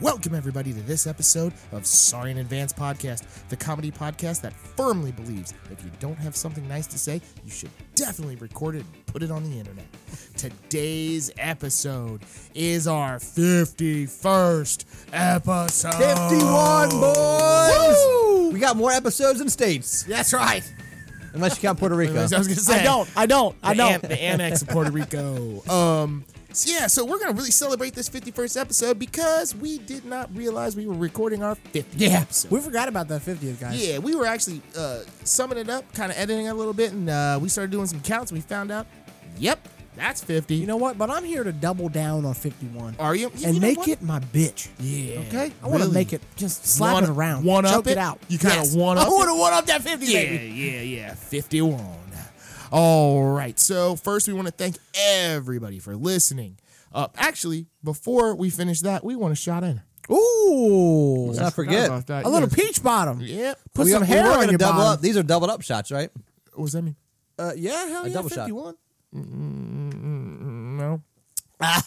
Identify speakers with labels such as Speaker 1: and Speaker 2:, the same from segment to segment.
Speaker 1: Welcome, everybody, to this episode of Sorry in Advance Podcast, the comedy podcast that firmly believes if you don't have something nice to say, you should definitely record it and put it on the internet. Today's episode is our 51st episode.
Speaker 2: 51 boys! Oh. We got more episodes than states,
Speaker 1: That's right.
Speaker 2: unless you count Puerto
Speaker 1: I
Speaker 2: Rico.
Speaker 1: was going to say.
Speaker 3: I don't. I don't. I
Speaker 1: the
Speaker 3: don't.
Speaker 1: an- the annex of Puerto Rico. Um, so yeah, so we're gonna really celebrate this 51st episode because we did not realize we were recording our 50th episode.
Speaker 3: We forgot about that 50th, guys.
Speaker 1: yeah, we were actually uh, summing it up, kind of editing it a little bit, and uh, we started doing some counts. And we found out, yep, that's 50.
Speaker 3: You know what? But I'm here to double down on 51
Speaker 1: are you? you
Speaker 3: and
Speaker 1: know
Speaker 3: make
Speaker 1: what?
Speaker 3: it my bitch.
Speaker 1: Yeah. Okay.
Speaker 3: I want to
Speaker 1: Really
Speaker 3: make it just slap
Speaker 1: one-
Speaker 3: it around.
Speaker 1: One
Speaker 3: choke
Speaker 1: up
Speaker 3: it, out.
Speaker 1: You kind of
Speaker 3: Yes.
Speaker 1: one up.
Speaker 3: I
Speaker 1: it?
Speaker 3: want to one up that 50.
Speaker 1: Yeah,
Speaker 3: baby.
Speaker 1: yeah, yeah. 51. All right. So, first, we want to thank everybody for listening. Uh, actually, before we finish that, we want to shout in.
Speaker 3: Ooh,
Speaker 2: Let's not forget.
Speaker 1: About that.
Speaker 3: a little
Speaker 1: Yes.
Speaker 3: peach bottom.
Speaker 1: Yep.
Speaker 3: Put
Speaker 2: we
Speaker 3: some
Speaker 2: we
Speaker 3: hair
Speaker 2: were
Speaker 3: on
Speaker 2: gonna
Speaker 3: your
Speaker 2: double
Speaker 3: bottom.
Speaker 2: up. These are doubled up shots, right?
Speaker 1: What does that mean?
Speaker 3: Uh, yeah, hell
Speaker 2: A
Speaker 3: yeah,
Speaker 2: double shot.
Speaker 3: 51.
Speaker 1: No.
Speaker 3: Ah.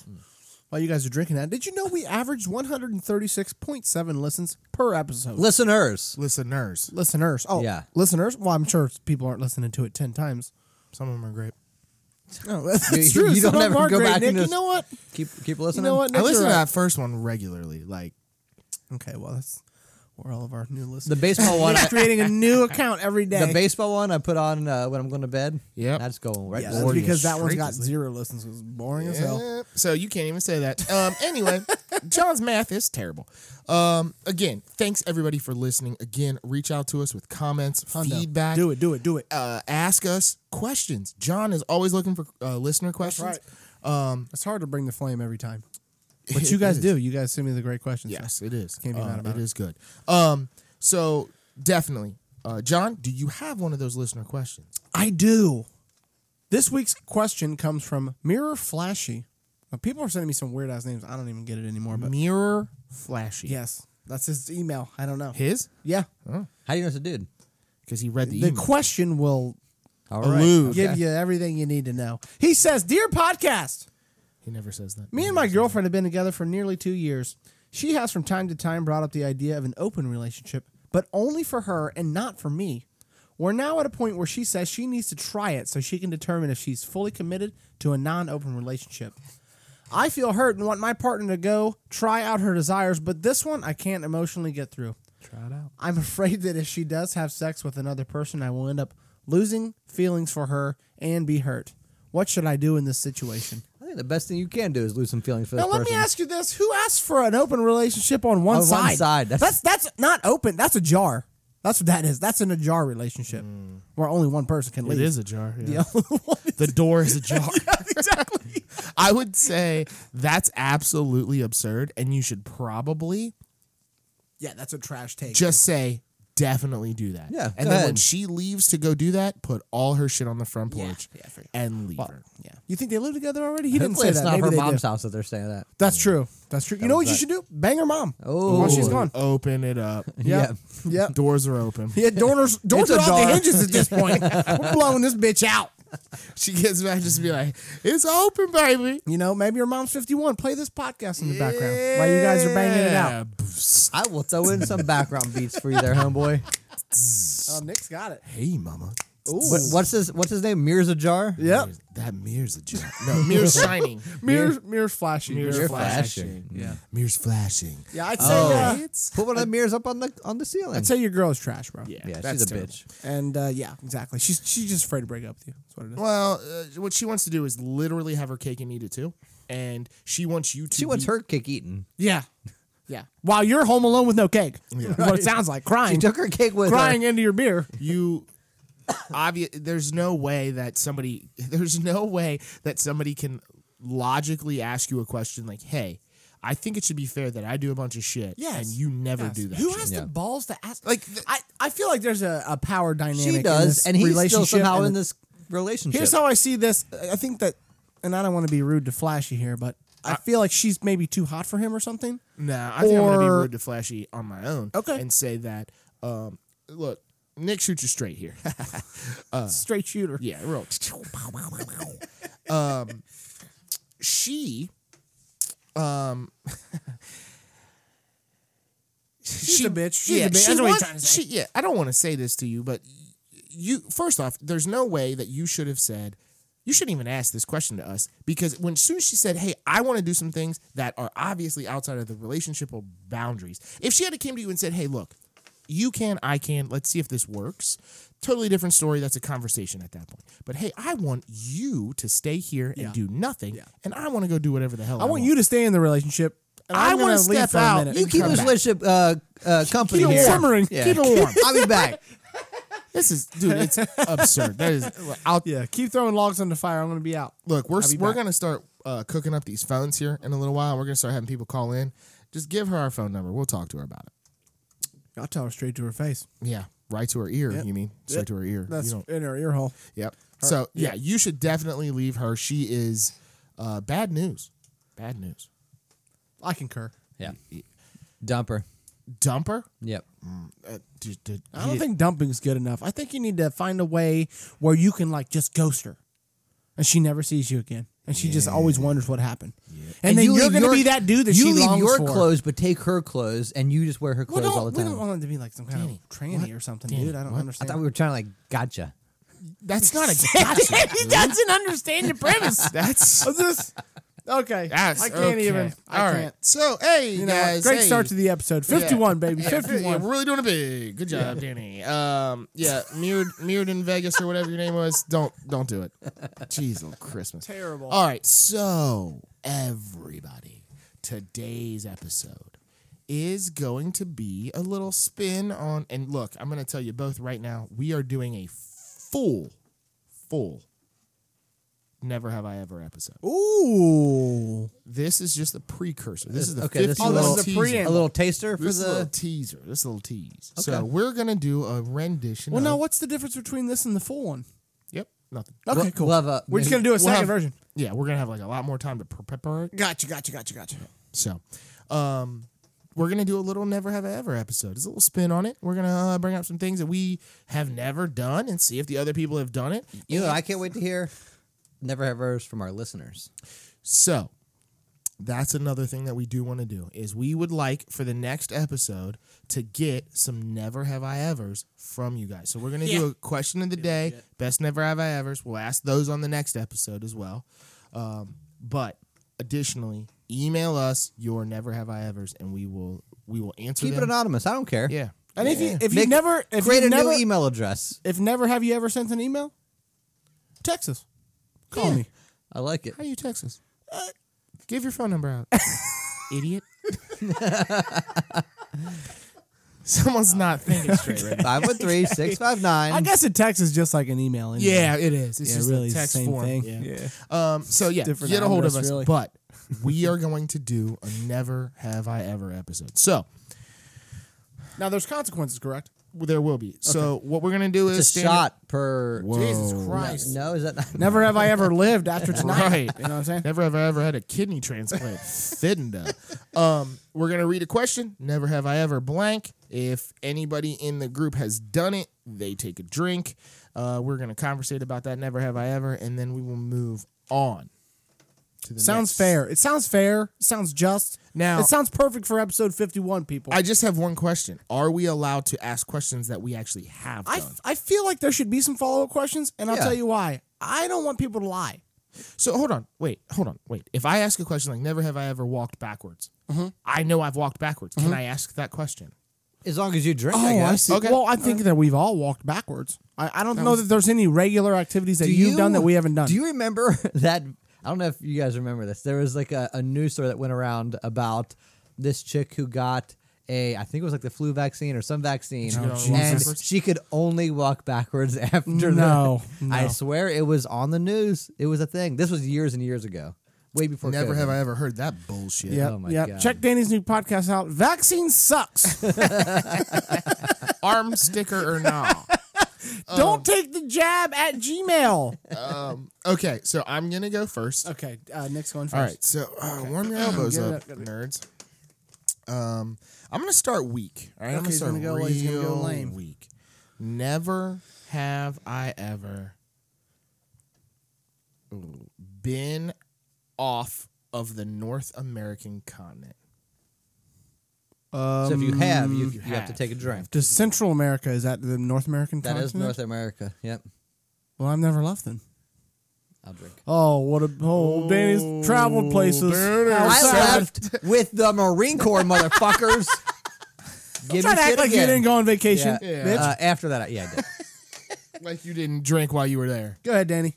Speaker 3: While you guys are drinking that, did you know we averaged 136.7 listens per episode?
Speaker 2: Listeners.
Speaker 1: Listeners.
Speaker 3: listeners. Oh,
Speaker 2: Yeah.
Speaker 3: listeners. Well, I'm sure people aren't listening to it 10 times.
Speaker 1: Some of them are great.
Speaker 3: No, Oh, that's
Speaker 2: You-
Speaker 3: true.
Speaker 2: you
Speaker 3: Some
Speaker 2: don't
Speaker 3: of 'em
Speaker 2: ever
Speaker 3: are
Speaker 2: go
Speaker 3: great,
Speaker 2: back
Speaker 3: Nick.
Speaker 2: and
Speaker 3: You
Speaker 2: just-
Speaker 3: know what?
Speaker 2: Keep keep listening.
Speaker 3: You know what?
Speaker 1: I
Speaker 3: Nick's
Speaker 1: listen to
Speaker 3: right.
Speaker 1: that first one regularly. Like,
Speaker 3: Okay, well, that's where all of our new
Speaker 2: The
Speaker 3: listeners.
Speaker 2: baseball one.
Speaker 3: We're
Speaker 2: I,
Speaker 3: creating a new account every day.
Speaker 2: the baseball one I put on uh, when I'm going to bed.
Speaker 1: Yep.
Speaker 2: I just go right.
Speaker 3: yeah,
Speaker 2: to
Speaker 3: that's
Speaker 2: sleep.
Speaker 1: Lord,
Speaker 3: because
Speaker 1: you
Speaker 3: that one's
Speaker 1: straight
Speaker 3: got
Speaker 1: to-
Speaker 3: zero listens. It was boring as hell.
Speaker 1: Eh, So you can't even say that. Um, anyway, John's math is terrible. Um, again, thanks everybody for listening. Again, reach out to us with comments,
Speaker 3: Hundo.
Speaker 1: feedback.
Speaker 3: Do it, do it, do it.
Speaker 1: uh, ask us questions. John is always looking for uh, listener questions. Um,
Speaker 3: It's hard to bring the flame every time.
Speaker 1: It
Speaker 3: But you guys
Speaker 1: is.
Speaker 3: do. You guys send me the great questions.
Speaker 1: yes, it is.
Speaker 3: Can't be mad
Speaker 1: Um,
Speaker 3: about
Speaker 1: it
Speaker 3: it.
Speaker 1: is good. Um, so definitely, uh, John, do you have one of those listener questions?
Speaker 3: I do. This week's question comes from Mirror Flashy. Now, people are sending me some weird ass names. I don't even get it anymore. But
Speaker 1: Mirror flashy.
Speaker 3: yes, that's his email. I don't know.
Speaker 1: his Oh.
Speaker 3: Yeah.
Speaker 2: How do you know it's a dude?
Speaker 1: because he read the,
Speaker 3: The
Speaker 1: email.
Speaker 3: question will
Speaker 2: All
Speaker 1: Allude.
Speaker 2: okay.
Speaker 3: give you everything you need to know. He says, Dear podcast,
Speaker 1: he never says that.
Speaker 3: me and my girlfriend have been together for nearly two years. She has from time to time brought up the idea of an open relationship, but only for her and not for me. We're now at a point where she says she needs to try it so she can determine if she's fully committed to a non open relationship. I feel hurt and want my partner to go try out her desires, but this one I can't emotionally get through.
Speaker 1: Try it out.
Speaker 3: I'm afraid that if she does have sex with another person, I will end up losing feelings for her and be hurt. What should I do in this situation?
Speaker 2: I think the best thing you can do is lose some feelings for this
Speaker 3: Now let
Speaker 2: person.
Speaker 3: me ask you this: Who asked for an open relationship on one
Speaker 2: On one
Speaker 3: side?
Speaker 2: side, that's-
Speaker 3: That's, that's not open. That's a jar. That's what that is. That's an ajar relationship
Speaker 2: Hmm.
Speaker 3: where only one person can leave.
Speaker 1: It is a jar. yeah.
Speaker 3: The other one is-
Speaker 1: The door is ajar.
Speaker 3: exactly.
Speaker 1: I would say that's absolutely absurd, and you should probably
Speaker 3: Yeah, that's a trash take.
Speaker 1: just say definitely do that.
Speaker 2: Yeah,
Speaker 1: And
Speaker 2: go
Speaker 1: then when
Speaker 2: ahead.
Speaker 1: she leaves to go do that, put all her shit on the front
Speaker 3: Yeah,
Speaker 1: porch
Speaker 3: yeah, for sure.
Speaker 1: and leave
Speaker 3: Well,
Speaker 1: her.
Speaker 3: yeah. You think they live together already? He didn't
Speaker 2: Hopefully
Speaker 3: say
Speaker 2: it's
Speaker 3: that.
Speaker 2: not
Speaker 3: Maybe
Speaker 2: her
Speaker 3: they
Speaker 2: mom's
Speaker 3: do.
Speaker 2: house that they're saying that.
Speaker 3: That's true. That's true. you know
Speaker 2: was
Speaker 3: what you
Speaker 2: that.
Speaker 3: should do? Bang her mom.
Speaker 2: Oh.
Speaker 3: while she's gone.
Speaker 1: Open it up.
Speaker 2: Yeah.
Speaker 3: Yep.
Speaker 1: Doors are open.
Speaker 3: Yeah, donors, doors
Speaker 2: It's a
Speaker 3: are off
Speaker 2: jar.
Speaker 3: the hinges at this point. We're blowing this bitch out.
Speaker 1: She gets back just be like, it's open, baby.
Speaker 3: You know, maybe your mom's 51. Play this podcast in the background while you guys are banging it out.
Speaker 1: Yeah.
Speaker 2: I will throw in some background beats for you there, homeboy.
Speaker 3: Oh, Nick's got it.
Speaker 1: Hey, mama.
Speaker 2: What, what's his What's his name? Mirrors Ajar.
Speaker 3: Yep.
Speaker 1: That mirror's a joke. No, mirror's shining.
Speaker 3: Mirrors, mirrors flashing.
Speaker 1: Mirrors
Speaker 2: You're
Speaker 1: flashing.
Speaker 2: flashing.
Speaker 3: Yeah.
Speaker 1: Mirror's flashing.
Speaker 3: Yeah, I'd say,
Speaker 2: Oh.
Speaker 3: uh,
Speaker 1: Lights.
Speaker 2: Put one of the mirrors up on the on the ceiling.
Speaker 3: I'd say your girl's trash, bro.
Speaker 2: yeah,
Speaker 1: that's
Speaker 2: she's a
Speaker 1: terrible.
Speaker 2: bitch.
Speaker 3: And uh, yeah, exactly. She's she's just afraid to break up with you. That's what it is.
Speaker 1: Well, uh, what she wants to do is literally have her cake and eat it too. And she wants you to.
Speaker 2: She wants
Speaker 1: be-
Speaker 2: her cake eaten.
Speaker 3: yeah. Yeah. While you're home alone with no cake. Is what it sounds like.
Speaker 2: She
Speaker 3: Crying.
Speaker 2: took her cake with
Speaker 3: crying
Speaker 2: her.
Speaker 3: into your beer.
Speaker 1: you obvious there's no way that somebody there's no way that somebody can logically ask you a question like hey i think it should be fair that i do a bunch of shit
Speaker 3: Yes.
Speaker 1: and you never
Speaker 3: Yes.
Speaker 1: do that
Speaker 3: Who
Speaker 1: shit."
Speaker 3: has
Speaker 2: Yeah.
Speaker 3: the balls to ask?
Speaker 1: Like,
Speaker 3: Like,
Speaker 1: th-
Speaker 3: I, I feel like there's a, a power dynamic.
Speaker 2: She
Speaker 3: in
Speaker 2: does,
Speaker 3: this
Speaker 2: and he's still
Speaker 3: relationship
Speaker 2: somehow
Speaker 3: and
Speaker 2: in
Speaker 3: the-
Speaker 2: this relationship.
Speaker 3: Here's how I see this. I think that, and I don't want to be rude to Flashy here, but I feel like she's maybe too hot for him or something.
Speaker 2: Mm.
Speaker 1: nah i think i'm gonna be
Speaker 3: Or-
Speaker 1: rude to flashy on my own
Speaker 3: Okay.
Speaker 1: and say that um look nick shoots you straight here
Speaker 3: Straight shooter.
Speaker 1: Yeah, real. um, she, um,
Speaker 3: she's
Speaker 1: yeah,
Speaker 3: a bitch. She's a bitch.
Speaker 1: she
Speaker 3: That's what he's
Speaker 1: was-
Speaker 3: trying to say.
Speaker 1: she- yeah, I don't want to say this to you, but y- you first off, there's no way that you should have said you shouldn't even ask this question to us because when as soon as she said, "Hey, I want to do some things that are obviously outside of the relationship or boundaries," if she had to came to you and said, "Hey, look, you can, I can, let's see if this works," totally different story. That's a conversation at that point. But hey, I want you to stay here and
Speaker 3: Yeah.
Speaker 1: do nothing,
Speaker 3: Yeah.
Speaker 1: and I want to go do whatever the hell.
Speaker 3: I want you to stay in the relationship. and
Speaker 1: I
Speaker 3: I'm
Speaker 1: wanna
Speaker 3: gonna leave
Speaker 1: step
Speaker 3: for a
Speaker 1: out.
Speaker 3: minute.
Speaker 1: You
Speaker 2: You keep
Speaker 1: Come
Speaker 2: this
Speaker 1: back.
Speaker 2: relationship uh, uh, company
Speaker 1: it
Speaker 2: here.
Speaker 3: simmering.
Speaker 1: Keep it warm.
Speaker 2: I'll be back.
Speaker 1: This is, dude, it's absurd. That is, I'll,
Speaker 3: Yeah, keep throwing logs on the fire. I'm gonna be out.
Speaker 1: look, we're
Speaker 3: I'll be
Speaker 1: we're
Speaker 3: back.
Speaker 1: gonna start uh, cooking up these phones here in a little while. We're gonna start having people call in. Just give her our phone number. We'll talk to her about it.
Speaker 3: I'll tell her straight to her face.
Speaker 1: Yeah, right to her ear. You mean straight
Speaker 3: Yep.
Speaker 1: to her ear?
Speaker 3: That's
Speaker 1: you don't,
Speaker 3: in her ear hole.
Speaker 1: yep. So yeah, you should definitely leave her. She is uh, bad news. Bad news.
Speaker 3: I concur.
Speaker 2: Yeah. Dumper.
Speaker 1: Dumper.
Speaker 2: Yep.
Speaker 1: Uh, dude, dude,
Speaker 3: I don't
Speaker 1: yeah.
Speaker 3: think dumping's good enough. I think you need to find a way where you can like just ghost her, and she never sees you again, and she just always wonders what happened. And, then
Speaker 2: you
Speaker 3: you are
Speaker 2: leave
Speaker 3: gonna
Speaker 2: your-
Speaker 3: be that dude that
Speaker 2: you
Speaker 3: she
Speaker 2: leave
Speaker 3: longs
Speaker 2: your
Speaker 3: for.
Speaker 2: clothes, but take her clothes, and you just wear her
Speaker 3: Well,
Speaker 2: clothes
Speaker 3: don't,
Speaker 2: all the
Speaker 3: we
Speaker 2: time.
Speaker 3: don't want it to be like some kind of tranny or something,
Speaker 1: Danny,
Speaker 3: dude. I don't
Speaker 1: what? I
Speaker 2: I
Speaker 3: understand.
Speaker 2: thought we were trying to like gotcha.
Speaker 1: that's not a gotcha.
Speaker 3: he doesn't understand the premise.
Speaker 1: that's.
Speaker 3: Of this. Okay,
Speaker 1: That's
Speaker 3: I can't
Speaker 1: okay.
Speaker 3: even. I
Speaker 1: All right.
Speaker 3: can't.
Speaker 1: So, hey,
Speaker 3: You know what?
Speaker 1: guys.
Speaker 3: great
Speaker 1: hey.
Speaker 3: start to the episode. Fifty-one, baby.
Speaker 1: Yeah,
Speaker 3: Fifty-one.
Speaker 1: We're really doing it big. Good job, Danny. Um, yeah, Mirrored, Mirrored in Vegas or whatever your name was. Don't don't do it. Jeez, little Christmas.
Speaker 3: Terrible.
Speaker 1: All right, so everybody, today's episode is going to be a little spin on. And look, I'm going to tell you both right now. We are doing a full, full. Never have I ever episode.
Speaker 3: Ooh.
Speaker 1: This is just the precursor. This is the
Speaker 2: Okay, this is a
Speaker 1: 50
Speaker 2: little-
Speaker 1: teaser.
Speaker 3: Oh, this is a
Speaker 2: A little taster for
Speaker 1: This is a little
Speaker 2: the.
Speaker 1: teaser. This is a little tease.
Speaker 2: Okay.
Speaker 1: So we're gonna do a rendition.
Speaker 3: Well,
Speaker 1: of,
Speaker 3: now what's the difference between this and the full one?
Speaker 1: Yep. Nothing.
Speaker 3: Okay,
Speaker 2: We'll-
Speaker 3: cool.
Speaker 2: we'll have a-
Speaker 3: We're just gonna do a second
Speaker 1: uh, have-
Speaker 3: version.
Speaker 1: Yeah, we're gonna have like a lot more time to pre- prepare it.
Speaker 3: Gotcha, gotcha, gotcha, gotcha.
Speaker 1: So, um, we're gonna do a little never have I ever episode. It's a little spin on it. We're gonna uh, bring up some things that we have never done and see if the other people have done it.
Speaker 2: You know, I can't wait to hear never have errors from our listeners.
Speaker 1: So that's another thing that we do want to do is we would like for the next episode to get some never have I ever's from you guys. So we're gonna do a question of the day, best never have I ever's. We'll ask those on the next episode as well. Um, but additionally, email us your never have I ever's and we will we will answer
Speaker 2: Keep it
Speaker 1: them.
Speaker 2: anonymous. I don't care.
Speaker 1: Yeah.
Speaker 3: And if you if you
Speaker 2: Make-
Speaker 3: never if
Speaker 2: Create
Speaker 3: you
Speaker 2: a
Speaker 3: never
Speaker 2: new email address.
Speaker 3: if never have you ever sent an email, Texas, call
Speaker 1: Yeah.
Speaker 3: me.
Speaker 2: I like it.
Speaker 1: How you text us? Give your phone number out. Idiot. Someone's not thinking straight right now.
Speaker 2: Five one three six five nine.
Speaker 3: I guess a text is just like an email. Anyway.
Speaker 1: Yeah, it is. It's
Speaker 3: Yeah,
Speaker 1: just
Speaker 3: really,
Speaker 1: a text
Speaker 3: same
Speaker 1: form.
Speaker 3: thing.
Speaker 1: Yeah. Um, so yeah,
Speaker 3: different
Speaker 1: get a hold of
Speaker 3: address,
Speaker 1: us.
Speaker 3: really.
Speaker 1: But we are going to do a never have I ever episode. So
Speaker 3: Now there's consequences, correct?
Speaker 1: there will be. So what we're gonna do is
Speaker 2: It's a
Speaker 1: standard-
Speaker 2: shot per.
Speaker 1: Jesus
Speaker 2: No,
Speaker 1: Christ.
Speaker 2: No, is that not?
Speaker 3: Never have I ever lived after tonight.
Speaker 1: Right.
Speaker 3: You know what I'm saying?
Speaker 1: Never have I ever had a kidney transplant. Fidenda. Um, we're gonna read a question. Never have I ever blank. If anybody in the group has done it, they take a drink. Uh, we're gonna conversate about that. Never have I ever, and then we will move on. To the
Speaker 3: Sounds
Speaker 1: next.
Speaker 3: fair. It sounds fair. It sounds just.
Speaker 1: Now-
Speaker 3: it sounds perfect for episode 51, people.
Speaker 1: I just have one question. Are we allowed to ask questions that we actually have
Speaker 3: I,
Speaker 1: done?
Speaker 3: I feel like there should be some follow up questions, and I'll
Speaker 2: Yeah.
Speaker 3: tell you why. I don't want people to lie.
Speaker 1: so hold on, wait, hold on, wait. If I ask a question like "Never have I ever walked backwards," I know I've walked backwards. Can I ask that question?
Speaker 2: As long as you drink, Oh, I Uh, guess.
Speaker 1: Okay.
Speaker 3: Well, I think that we've all walked backwards. I, I don't know that there's any regular activities that
Speaker 2: Do
Speaker 3: you've
Speaker 2: you-
Speaker 3: done that we haven't done.
Speaker 2: Do you remember that? I don't know if you guys remember this. There was like a, a news story that went around about this chick who got a, I think it was like the flu vaccine or some vaccine,
Speaker 1: She could only walk
Speaker 2: and
Speaker 1: backwards?
Speaker 2: she could only walk backwards after
Speaker 3: No,
Speaker 2: that.
Speaker 3: no.
Speaker 2: I swear it was on the news. It was a thing. This was years and years ago, way before.
Speaker 1: Never
Speaker 2: COVID.
Speaker 1: have I ever heard that bullshit. Um,
Speaker 3: Yep,
Speaker 2: Oh my
Speaker 3: yep.
Speaker 2: God.
Speaker 3: Check Danny's new podcast out. Vaccine sucks.
Speaker 1: Arm sticker or not?
Speaker 3: Don't take the jab at Gmail.
Speaker 1: Um, okay, so I'm gonna go first.
Speaker 3: okay, uh, Nick's going first.
Speaker 1: All right, so uh, warm your elbows
Speaker 3: Get it
Speaker 1: up,
Speaker 3: up, get it
Speaker 1: nerds. Um, I'm gonna start weak. All right, I'm
Speaker 3: Okay,
Speaker 1: gonna
Speaker 3: he's
Speaker 1: start
Speaker 3: gonna go-
Speaker 1: real
Speaker 3: he's gonna go lame.
Speaker 1: weak. Never have I ever ooh, been off of the North American continent.
Speaker 2: so if you have, you, you have to take a drink.
Speaker 3: Does Central America is that the North American
Speaker 2: That is
Speaker 3: continent?
Speaker 2: North America. Yep.
Speaker 3: Well, I've never left then.
Speaker 2: I'll drink.
Speaker 3: Oh, what a oh, Danny's traveled places.
Speaker 2: Oh, I
Speaker 3: outside.
Speaker 2: left with the Marine Corps, motherfuckers. Give
Speaker 3: Try to act like you didn't go on vacation,
Speaker 1: Yeah.
Speaker 3: bitch.
Speaker 2: Uh, after that, I, yeah, I did.
Speaker 1: Like you didn't drink while you were there.
Speaker 3: go ahead, Danny.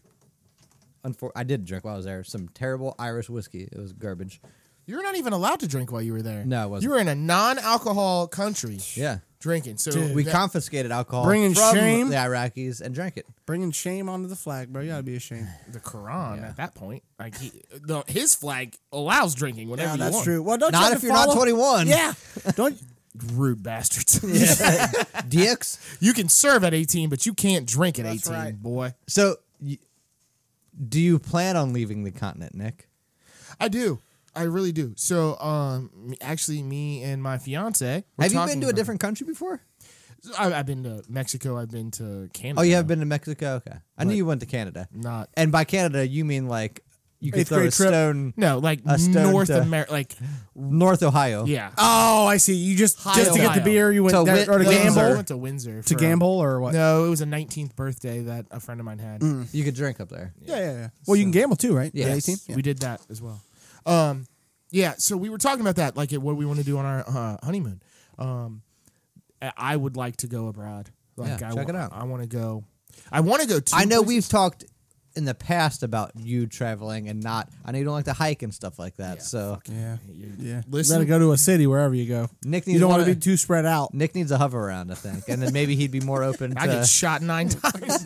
Speaker 2: Unfor- I did drink while I was there. Some terrible Irish whiskey. It was garbage.
Speaker 1: You're not even allowed to drink while you were there.
Speaker 2: No, I wasn't.
Speaker 1: You were in a non-alcohol country.
Speaker 2: Yeah.
Speaker 1: Drinking. So
Speaker 2: We
Speaker 1: that-
Speaker 2: confiscated alcohol
Speaker 3: Bringing
Speaker 2: from
Speaker 3: shame.
Speaker 2: the Iraqis and drank it.
Speaker 3: Bringing shame onto the flag, bro. You gotta be ashamed.
Speaker 1: the Quran
Speaker 2: Yeah.
Speaker 1: at that point. Like he, the, his flag allows drinking whenever
Speaker 3: Yeah,
Speaker 1: you
Speaker 3: that's
Speaker 1: want.
Speaker 3: true. Well, don't you
Speaker 2: Not
Speaker 3: have
Speaker 2: if
Speaker 3: to
Speaker 2: you're not
Speaker 3: follow-
Speaker 2: 21.
Speaker 3: Yeah, don't.
Speaker 1: Rude bastards.
Speaker 2: Dx.
Speaker 1: you can serve at 18, but you can't drink at
Speaker 3: That's
Speaker 1: 18,
Speaker 3: right.
Speaker 1: boy.
Speaker 2: So, y- do you plan on leaving the continent, Nick?
Speaker 1: I do. I really do. So, um, actually, me and my fiance. we're
Speaker 2: have you been
Speaker 1: talking
Speaker 2: to a
Speaker 1: about-
Speaker 2: different country before?
Speaker 1: I, I've been to Mexico. I've been to Canada.
Speaker 2: Oh, you have been to Mexico. Okay, I knew you went to Canada.
Speaker 1: Not.
Speaker 2: And by Canada, you mean like you could
Speaker 3: Eighth
Speaker 2: throw a
Speaker 3: grade trip.
Speaker 2: stone
Speaker 1: No, like
Speaker 2: A stone
Speaker 1: North
Speaker 2: to-
Speaker 1: America. Like,
Speaker 2: North Ohio.
Speaker 1: yeah.
Speaker 3: Oh, I see. You just just to get the
Speaker 1: Ohio.
Speaker 3: beer. You went
Speaker 2: To
Speaker 3: there,
Speaker 2: Wit-
Speaker 3: or to
Speaker 2: Windsor.
Speaker 1: I
Speaker 3: gamble
Speaker 1: went to Windsor.
Speaker 3: to
Speaker 1: for-
Speaker 3: gamble or what?
Speaker 1: No, it was a 19th birthday that a friend of mine had.
Speaker 2: you could drink up there.
Speaker 3: Yeah, yeah, yeah. Well, you can gamble too, right?
Speaker 2: Yes.
Speaker 3: At 18? Yeah.
Speaker 1: We did that as well. Um, yeah, so we were talking about that, like at what we want to do on our uh, honeymoon. Um, I- I would like to go abroad. Like,
Speaker 2: Yeah,
Speaker 1: I
Speaker 2: check
Speaker 1: wa-
Speaker 2: it out.
Speaker 1: I want to go. I want to go to.
Speaker 2: I know
Speaker 1: places-
Speaker 2: we've talked in the past about you traveling and not. I know you don't like to hike and stuff like that. so
Speaker 3: Yeah. Yeah.
Speaker 1: Listen-
Speaker 3: You gotta go to a city wherever you go.
Speaker 2: Nick
Speaker 3: you
Speaker 2: needs
Speaker 3: don't want to
Speaker 2: one
Speaker 3: be
Speaker 2: of-
Speaker 3: too spread out.
Speaker 2: Nick needs a hover around, I think, and then maybe he'd be more open
Speaker 1: I get
Speaker 2: to.
Speaker 1: shot nine times.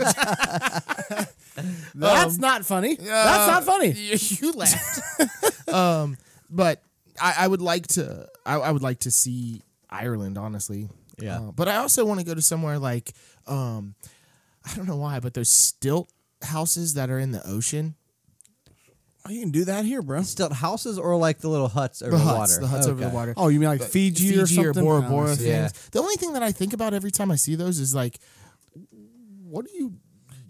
Speaker 3: That's not funny. That's not funny.
Speaker 1: you, you laughed. um, but I, I would like to. I, I would like to see Ireland, honestly.
Speaker 2: Yeah.
Speaker 1: Uh, but I also want to go to somewhere like, um, I don't know why, but those stilt houses that are in the ocean.
Speaker 3: Oh, you can do that here, bro.
Speaker 2: Stilt houses or like the little huts over
Speaker 1: the
Speaker 2: the
Speaker 1: huts,
Speaker 2: water.
Speaker 1: the huts over the
Speaker 2: Okay.
Speaker 1: water.
Speaker 3: Oh, you mean like Fiji, or something?
Speaker 1: Bora
Speaker 3: Oh, I
Speaker 1: Bora
Speaker 3: see.
Speaker 1: things.
Speaker 2: Yeah.
Speaker 1: The only thing that I think about every time I see those is like, what do you?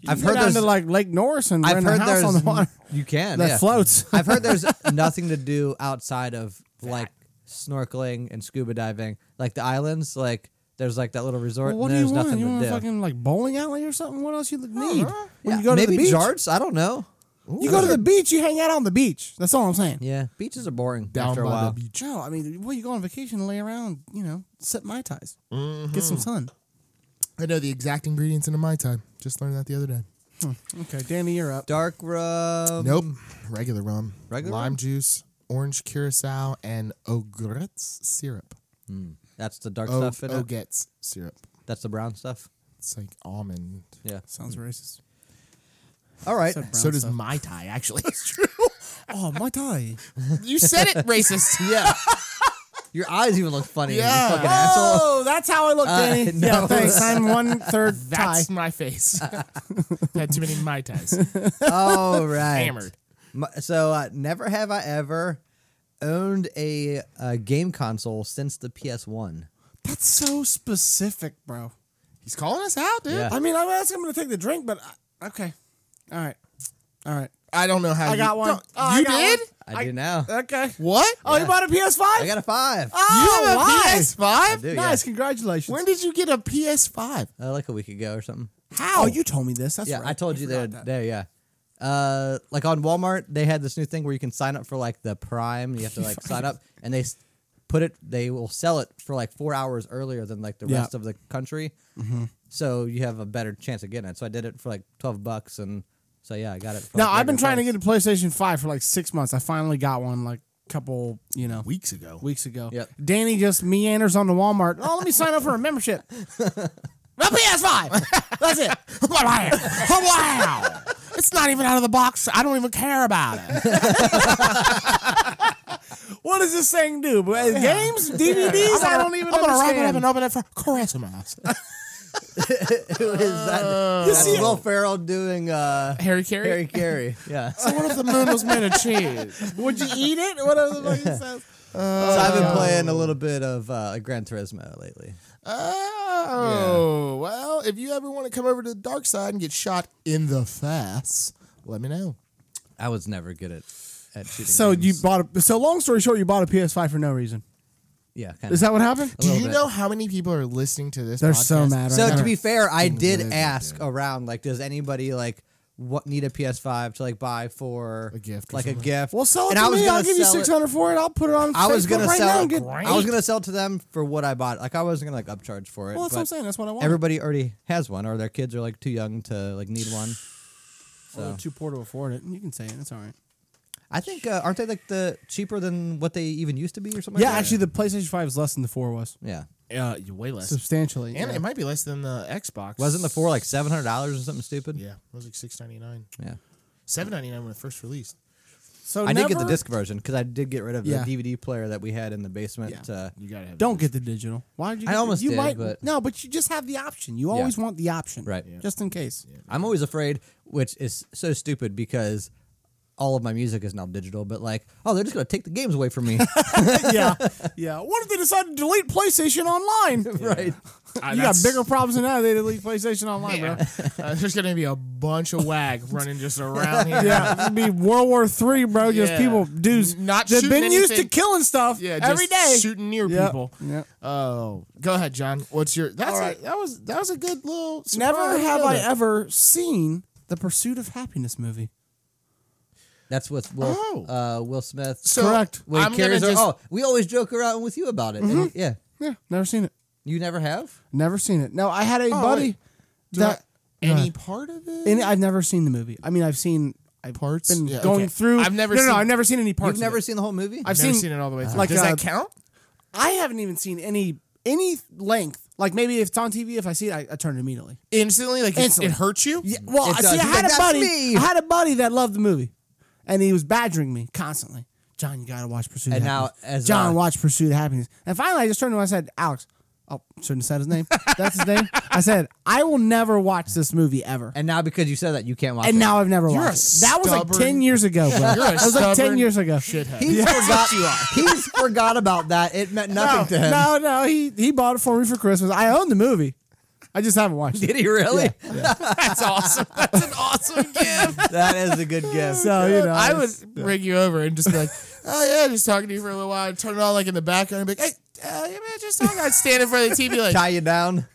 Speaker 2: I've
Speaker 3: Go
Speaker 2: heard
Speaker 3: down
Speaker 2: there's.
Speaker 3: to like Lake Norris and
Speaker 2: I've
Speaker 3: rent a
Speaker 2: heard
Speaker 3: house
Speaker 2: there's.
Speaker 3: on the water.
Speaker 2: You can
Speaker 3: That
Speaker 2: yeah.
Speaker 3: floats.
Speaker 2: I've heard there's nothing to do outside of like snorkeling and scuba diving, like the islands. Like there's like that little resort.
Speaker 3: Well, what
Speaker 2: and
Speaker 3: do you
Speaker 2: there's
Speaker 3: want?
Speaker 2: nothing
Speaker 3: You
Speaker 2: to
Speaker 3: want
Speaker 2: do.
Speaker 3: a fucking like bowling alley or something? What else you need?
Speaker 1: know.
Speaker 3: When
Speaker 2: Yeah,
Speaker 3: you go to
Speaker 2: maybe
Speaker 3: the beach,
Speaker 2: jarts. I don't know.
Speaker 3: you go to the beach. You hang out on the beach. That's all I'm saying.
Speaker 2: Yeah, beaches are boring
Speaker 1: Down
Speaker 2: after a
Speaker 1: by the
Speaker 2: while.
Speaker 1: beach.
Speaker 3: Joe, I mean, well, you go on vacation, and lay around, you know, set my ties, get some sun.
Speaker 1: I know the exact ingredients into my time. Just learned that the other day.
Speaker 3: Okay, Danny, you're up.
Speaker 2: Dark
Speaker 3: Mm.
Speaker 2: rum.
Speaker 1: Nope, regular rum,
Speaker 2: Regular
Speaker 1: lime
Speaker 2: rum?
Speaker 1: juice, orange curacao, and ogretz syrup.
Speaker 2: That's the dark
Speaker 1: O-
Speaker 2: stuff in it.
Speaker 1: ogretz syrup.
Speaker 2: That's the brown stuff.
Speaker 1: It's like almond.
Speaker 2: Yeah.
Speaker 3: Sounds racist.
Speaker 2: All right.
Speaker 3: Said brown
Speaker 1: so does
Speaker 3: stuff.
Speaker 1: my tie. Actually,
Speaker 3: oh my tie.
Speaker 1: you said it, racist.
Speaker 2: yeah. Your eyes even look funny.
Speaker 1: Yeah.
Speaker 2: You fucking asshole.
Speaker 3: Oh, that's how I look,
Speaker 2: Uh,
Speaker 3: Danny.
Speaker 2: no.
Speaker 3: Yeah, thanks. I'm one third tie.
Speaker 1: That's my face. Had too many my ties.
Speaker 2: All right.
Speaker 1: Hammered.
Speaker 2: My- So uh, never have I ever owned a, uh game console since the PS1.
Speaker 3: That's so specific, bro.
Speaker 1: He's calling us out, dude.
Speaker 2: Yeah.
Speaker 3: I mean, I'm asking him to take the drink, but I, okay, all right, all right.
Speaker 1: I don't know how
Speaker 3: I
Speaker 1: you
Speaker 3: got one.
Speaker 1: Don't-
Speaker 3: Oh, I
Speaker 1: you
Speaker 3: got
Speaker 1: did?
Speaker 2: I, do now.
Speaker 3: one. Okay.
Speaker 1: What?
Speaker 3: Oh, you bought a PS5?
Speaker 2: I got a five.
Speaker 1: you have a
Speaker 3: Oh, why?
Speaker 1: PS5?
Speaker 2: do,
Speaker 3: nice. Congratulations.
Speaker 1: When did you get a PS5?
Speaker 2: Uh, like a week ago or something.
Speaker 3: How? Oh, you told me this. That's
Speaker 2: yeah,
Speaker 3: right.
Speaker 2: I told you the
Speaker 3: forgot
Speaker 2: other day. Yeah. Uh, like on Walmart, they had this new thing where you can sign up for like the Prime. You have to like sign up, and they s- put it. They will sell it for like four hours earlier than like the
Speaker 3: Yeah. Mm-hmm.
Speaker 2: rest of the country. So you have a better chance of getting it. So I did it for like twelve bucks, and so yeah, I got it. For,
Speaker 3: Now
Speaker 2: like,
Speaker 3: I've been
Speaker 2: regular
Speaker 3: trying to
Speaker 2: price.
Speaker 3: get a PlayStation Five for like six months. I finally got one like a couple, you know,
Speaker 1: Weeks ago.
Speaker 3: weeks ago.
Speaker 2: Yep.
Speaker 3: Danny just meanders on to Walmart. Oh, let me sign up for a membership.
Speaker 1: A PS5! That's it. wow. wow. It's not even out of the box. I don't even care about it.
Speaker 3: What does this thing do? But uh, Games, DVDs. I don't even.
Speaker 1: I'm gonna wrap it up
Speaker 3: understand.
Speaker 1: and open it for Christmas.
Speaker 2: Who is that? That's
Speaker 3: see it-
Speaker 2: Will Ferrell doing uh,
Speaker 1: Harry Carey?
Speaker 2: Harry Carey. Yeah. So
Speaker 1: what if the moon was made of cheese?
Speaker 3: Would you eat it? Whatever the fuck it says.
Speaker 2: I've
Speaker 3: Oh.
Speaker 2: been playing a little bit of uh, Gran Turismo lately.
Speaker 1: Oh, well, if you ever want to come over to the dark side and get shot in the face, let me know.
Speaker 2: I was never good at at shooting.
Speaker 3: So you
Speaker 2: games.
Speaker 3: bought a. So long story short, you bought a PS5 for no reason.
Speaker 2: Yeah, kind
Speaker 3: Is that what happened?
Speaker 1: Do
Speaker 2: little
Speaker 1: you
Speaker 2: bit.
Speaker 1: know how many people are listening to this?
Speaker 3: They're so
Speaker 1: podcast?
Speaker 3: mad right
Speaker 2: So
Speaker 3: now.
Speaker 2: to be fair, I
Speaker 1: Fucking
Speaker 2: did
Speaker 1: livid,
Speaker 2: ask
Speaker 1: dude.
Speaker 2: around like, does anybody like what need a PS5 to like buy for
Speaker 1: A gift or
Speaker 2: like a
Speaker 1: something?
Speaker 2: gift?
Speaker 3: Well, sell it
Speaker 2: and
Speaker 3: to
Speaker 2: I was
Speaker 3: me.
Speaker 2: gonna
Speaker 3: I'll give you
Speaker 2: sell it-
Speaker 3: six hundred for it. I'll put it on.
Speaker 2: I was
Speaker 3: Facebook
Speaker 2: gonna
Speaker 3: right now
Speaker 2: sell.
Speaker 3: and
Speaker 2: it-
Speaker 3: get-
Speaker 1: Great.
Speaker 2: I was gonna sell it to them for what I bought. Like I wasn't gonna like upcharge for it.
Speaker 3: Well, that's what I'm
Speaker 2: but
Speaker 3: saying. That's what I want.
Speaker 2: Everybody already has one, or their kids are like too young to like need one.
Speaker 3: Well, they're
Speaker 2: So
Speaker 3: too poor to afford it. You can say it. It's all right.
Speaker 2: I think uh, aren't they like the cheaper than what they even used to be or something?
Speaker 3: Yeah,
Speaker 2: like that?
Speaker 3: actually, the PlayStation Five is less than the four was
Speaker 2: yeah.
Speaker 1: Uh, you're way less.
Speaker 3: substantially.
Speaker 1: and
Speaker 3: yeah.
Speaker 1: it might be less than the Xbox.
Speaker 2: Wasn't the four like seven hundred dollars or something stupid?
Speaker 1: Yeah, it was like six ninety nine,
Speaker 2: yeah.
Speaker 1: seven ninety nine when it first released.
Speaker 3: so
Speaker 2: I did get the
Speaker 3: never-
Speaker 2: disc version because I did get rid of
Speaker 3: Yeah.
Speaker 2: the DVD player that we had in the basement.
Speaker 3: Yeah.
Speaker 2: Uh,
Speaker 1: You gotta have.
Speaker 3: Don't get the digital. Why did you?
Speaker 2: I
Speaker 3: get the-
Speaker 2: almost
Speaker 3: you
Speaker 2: did,
Speaker 3: might,
Speaker 2: but-
Speaker 3: no, but you just have the option. You always want the option,
Speaker 2: Right. Yeah.
Speaker 3: Just in case.
Speaker 2: I'm always afraid, which is so stupid because all of my music is now digital. But like, oh, they're just gonna take the games away from me,
Speaker 3: yeah, yeah. What if they decide to delete PlayStation Online?
Speaker 2: right?
Speaker 1: Ah,
Speaker 3: you got
Speaker 1: that's-
Speaker 3: bigger problems than that. They delete PlayStation Online, bro.
Speaker 1: Yeah. Uh, there's gonna be a bunch of wag running just around here.
Speaker 3: Yeah, it'd be World War Three, bro. Just
Speaker 1: Yeah.
Speaker 3: people, dudes,
Speaker 1: Not
Speaker 3: they've been
Speaker 1: shooting
Speaker 3: used to
Speaker 1: anything.
Speaker 3: killing stuff
Speaker 1: Yeah, just
Speaker 3: every day.
Speaker 1: shooting near
Speaker 3: Yep,
Speaker 1: people.
Speaker 3: yep.
Speaker 1: Oh, go ahead, John. What's your? That's
Speaker 3: All
Speaker 1: a-
Speaker 3: right.
Speaker 1: that was that was a good little.
Speaker 3: Never
Speaker 1: surprise,
Speaker 3: have I
Speaker 1: wasn't it?
Speaker 3: ever seen the Pursuit of Happiness movie.
Speaker 2: That's what Will,
Speaker 1: Oh.
Speaker 2: uh, Will Smith.
Speaker 1: So
Speaker 3: Correct.
Speaker 2: when he
Speaker 1: I'm gonna
Speaker 2: carries her-
Speaker 1: just.
Speaker 2: oh, we always joke around with you about it. And- yeah,
Speaker 3: Yeah, never seen it.
Speaker 2: you never have.
Speaker 3: Never seen it. No, I had a
Speaker 1: Oh,
Speaker 3: buddy
Speaker 1: wait. Do I-
Speaker 3: that
Speaker 1: any part of it?
Speaker 3: any, I've never seen the movie. I mean, I've seen I've
Speaker 1: Parts?
Speaker 3: been
Speaker 1: Yeah,
Speaker 3: going
Speaker 1: okay.
Speaker 3: through.
Speaker 1: I've never
Speaker 3: no, no, no,
Speaker 1: seen-
Speaker 3: I've never seen any parts.
Speaker 2: You've never
Speaker 3: Of it.
Speaker 2: seen the whole movie.
Speaker 3: I've
Speaker 1: Never
Speaker 3: seen-
Speaker 1: seen, it all the way through.
Speaker 3: like,
Speaker 1: Does
Speaker 3: uh,
Speaker 1: that count?
Speaker 3: I haven't even seen any any length. Like maybe if it's on TV, if I see it, I, I turn it immediately.
Speaker 1: Instantly, like it-
Speaker 3: Instantly.
Speaker 1: it hurts you.
Speaker 3: Yeah, well,
Speaker 2: It
Speaker 3: I
Speaker 2: does.
Speaker 3: see,
Speaker 2: He's
Speaker 3: I had
Speaker 2: like,
Speaker 3: a
Speaker 2: "That's
Speaker 3: buddy.
Speaker 2: me."
Speaker 3: I had a buddy that loved the movie, and he was badgering me constantly. John, you gotta watch Pursuit.
Speaker 2: And
Speaker 3: of
Speaker 2: now,
Speaker 3: Happiness.
Speaker 2: as uh,
Speaker 3: John,
Speaker 2: a-
Speaker 3: watch Pursuit of Happiness. And finally, I just turned to him and I said, "Alex, oh, shouldn't have said his name. That's his name." I said, "I will never watch this movie ever."
Speaker 2: and now because you said that, you can't watch.
Speaker 3: And
Speaker 2: it.
Speaker 3: now I've never
Speaker 1: You're
Speaker 3: watched
Speaker 1: a
Speaker 3: it. That was like
Speaker 1: stubborn-
Speaker 3: ten years ago. Bro.
Speaker 1: You're a
Speaker 3: that was like ten
Speaker 1: stubborn
Speaker 3: years ago.
Speaker 1: Shithead.
Speaker 2: he's forgot. he's forgot about that. It meant
Speaker 3: No,
Speaker 2: nothing to him.
Speaker 3: no, no. He he bought it for me for Christmas. I own the movie. I just haven't watched it.
Speaker 2: Did he really?
Speaker 1: That's awesome. That's an awesome gift.
Speaker 2: that is a good gift.
Speaker 3: So you know,
Speaker 1: I
Speaker 3: it's-
Speaker 1: would bring you over and just be like, oh yeah, just talking to you for a little while. I'd turn it on like in the background and be like, hey, uh, yeah, man, just talking. I'd stand in front of the TV like,
Speaker 2: Tie you down.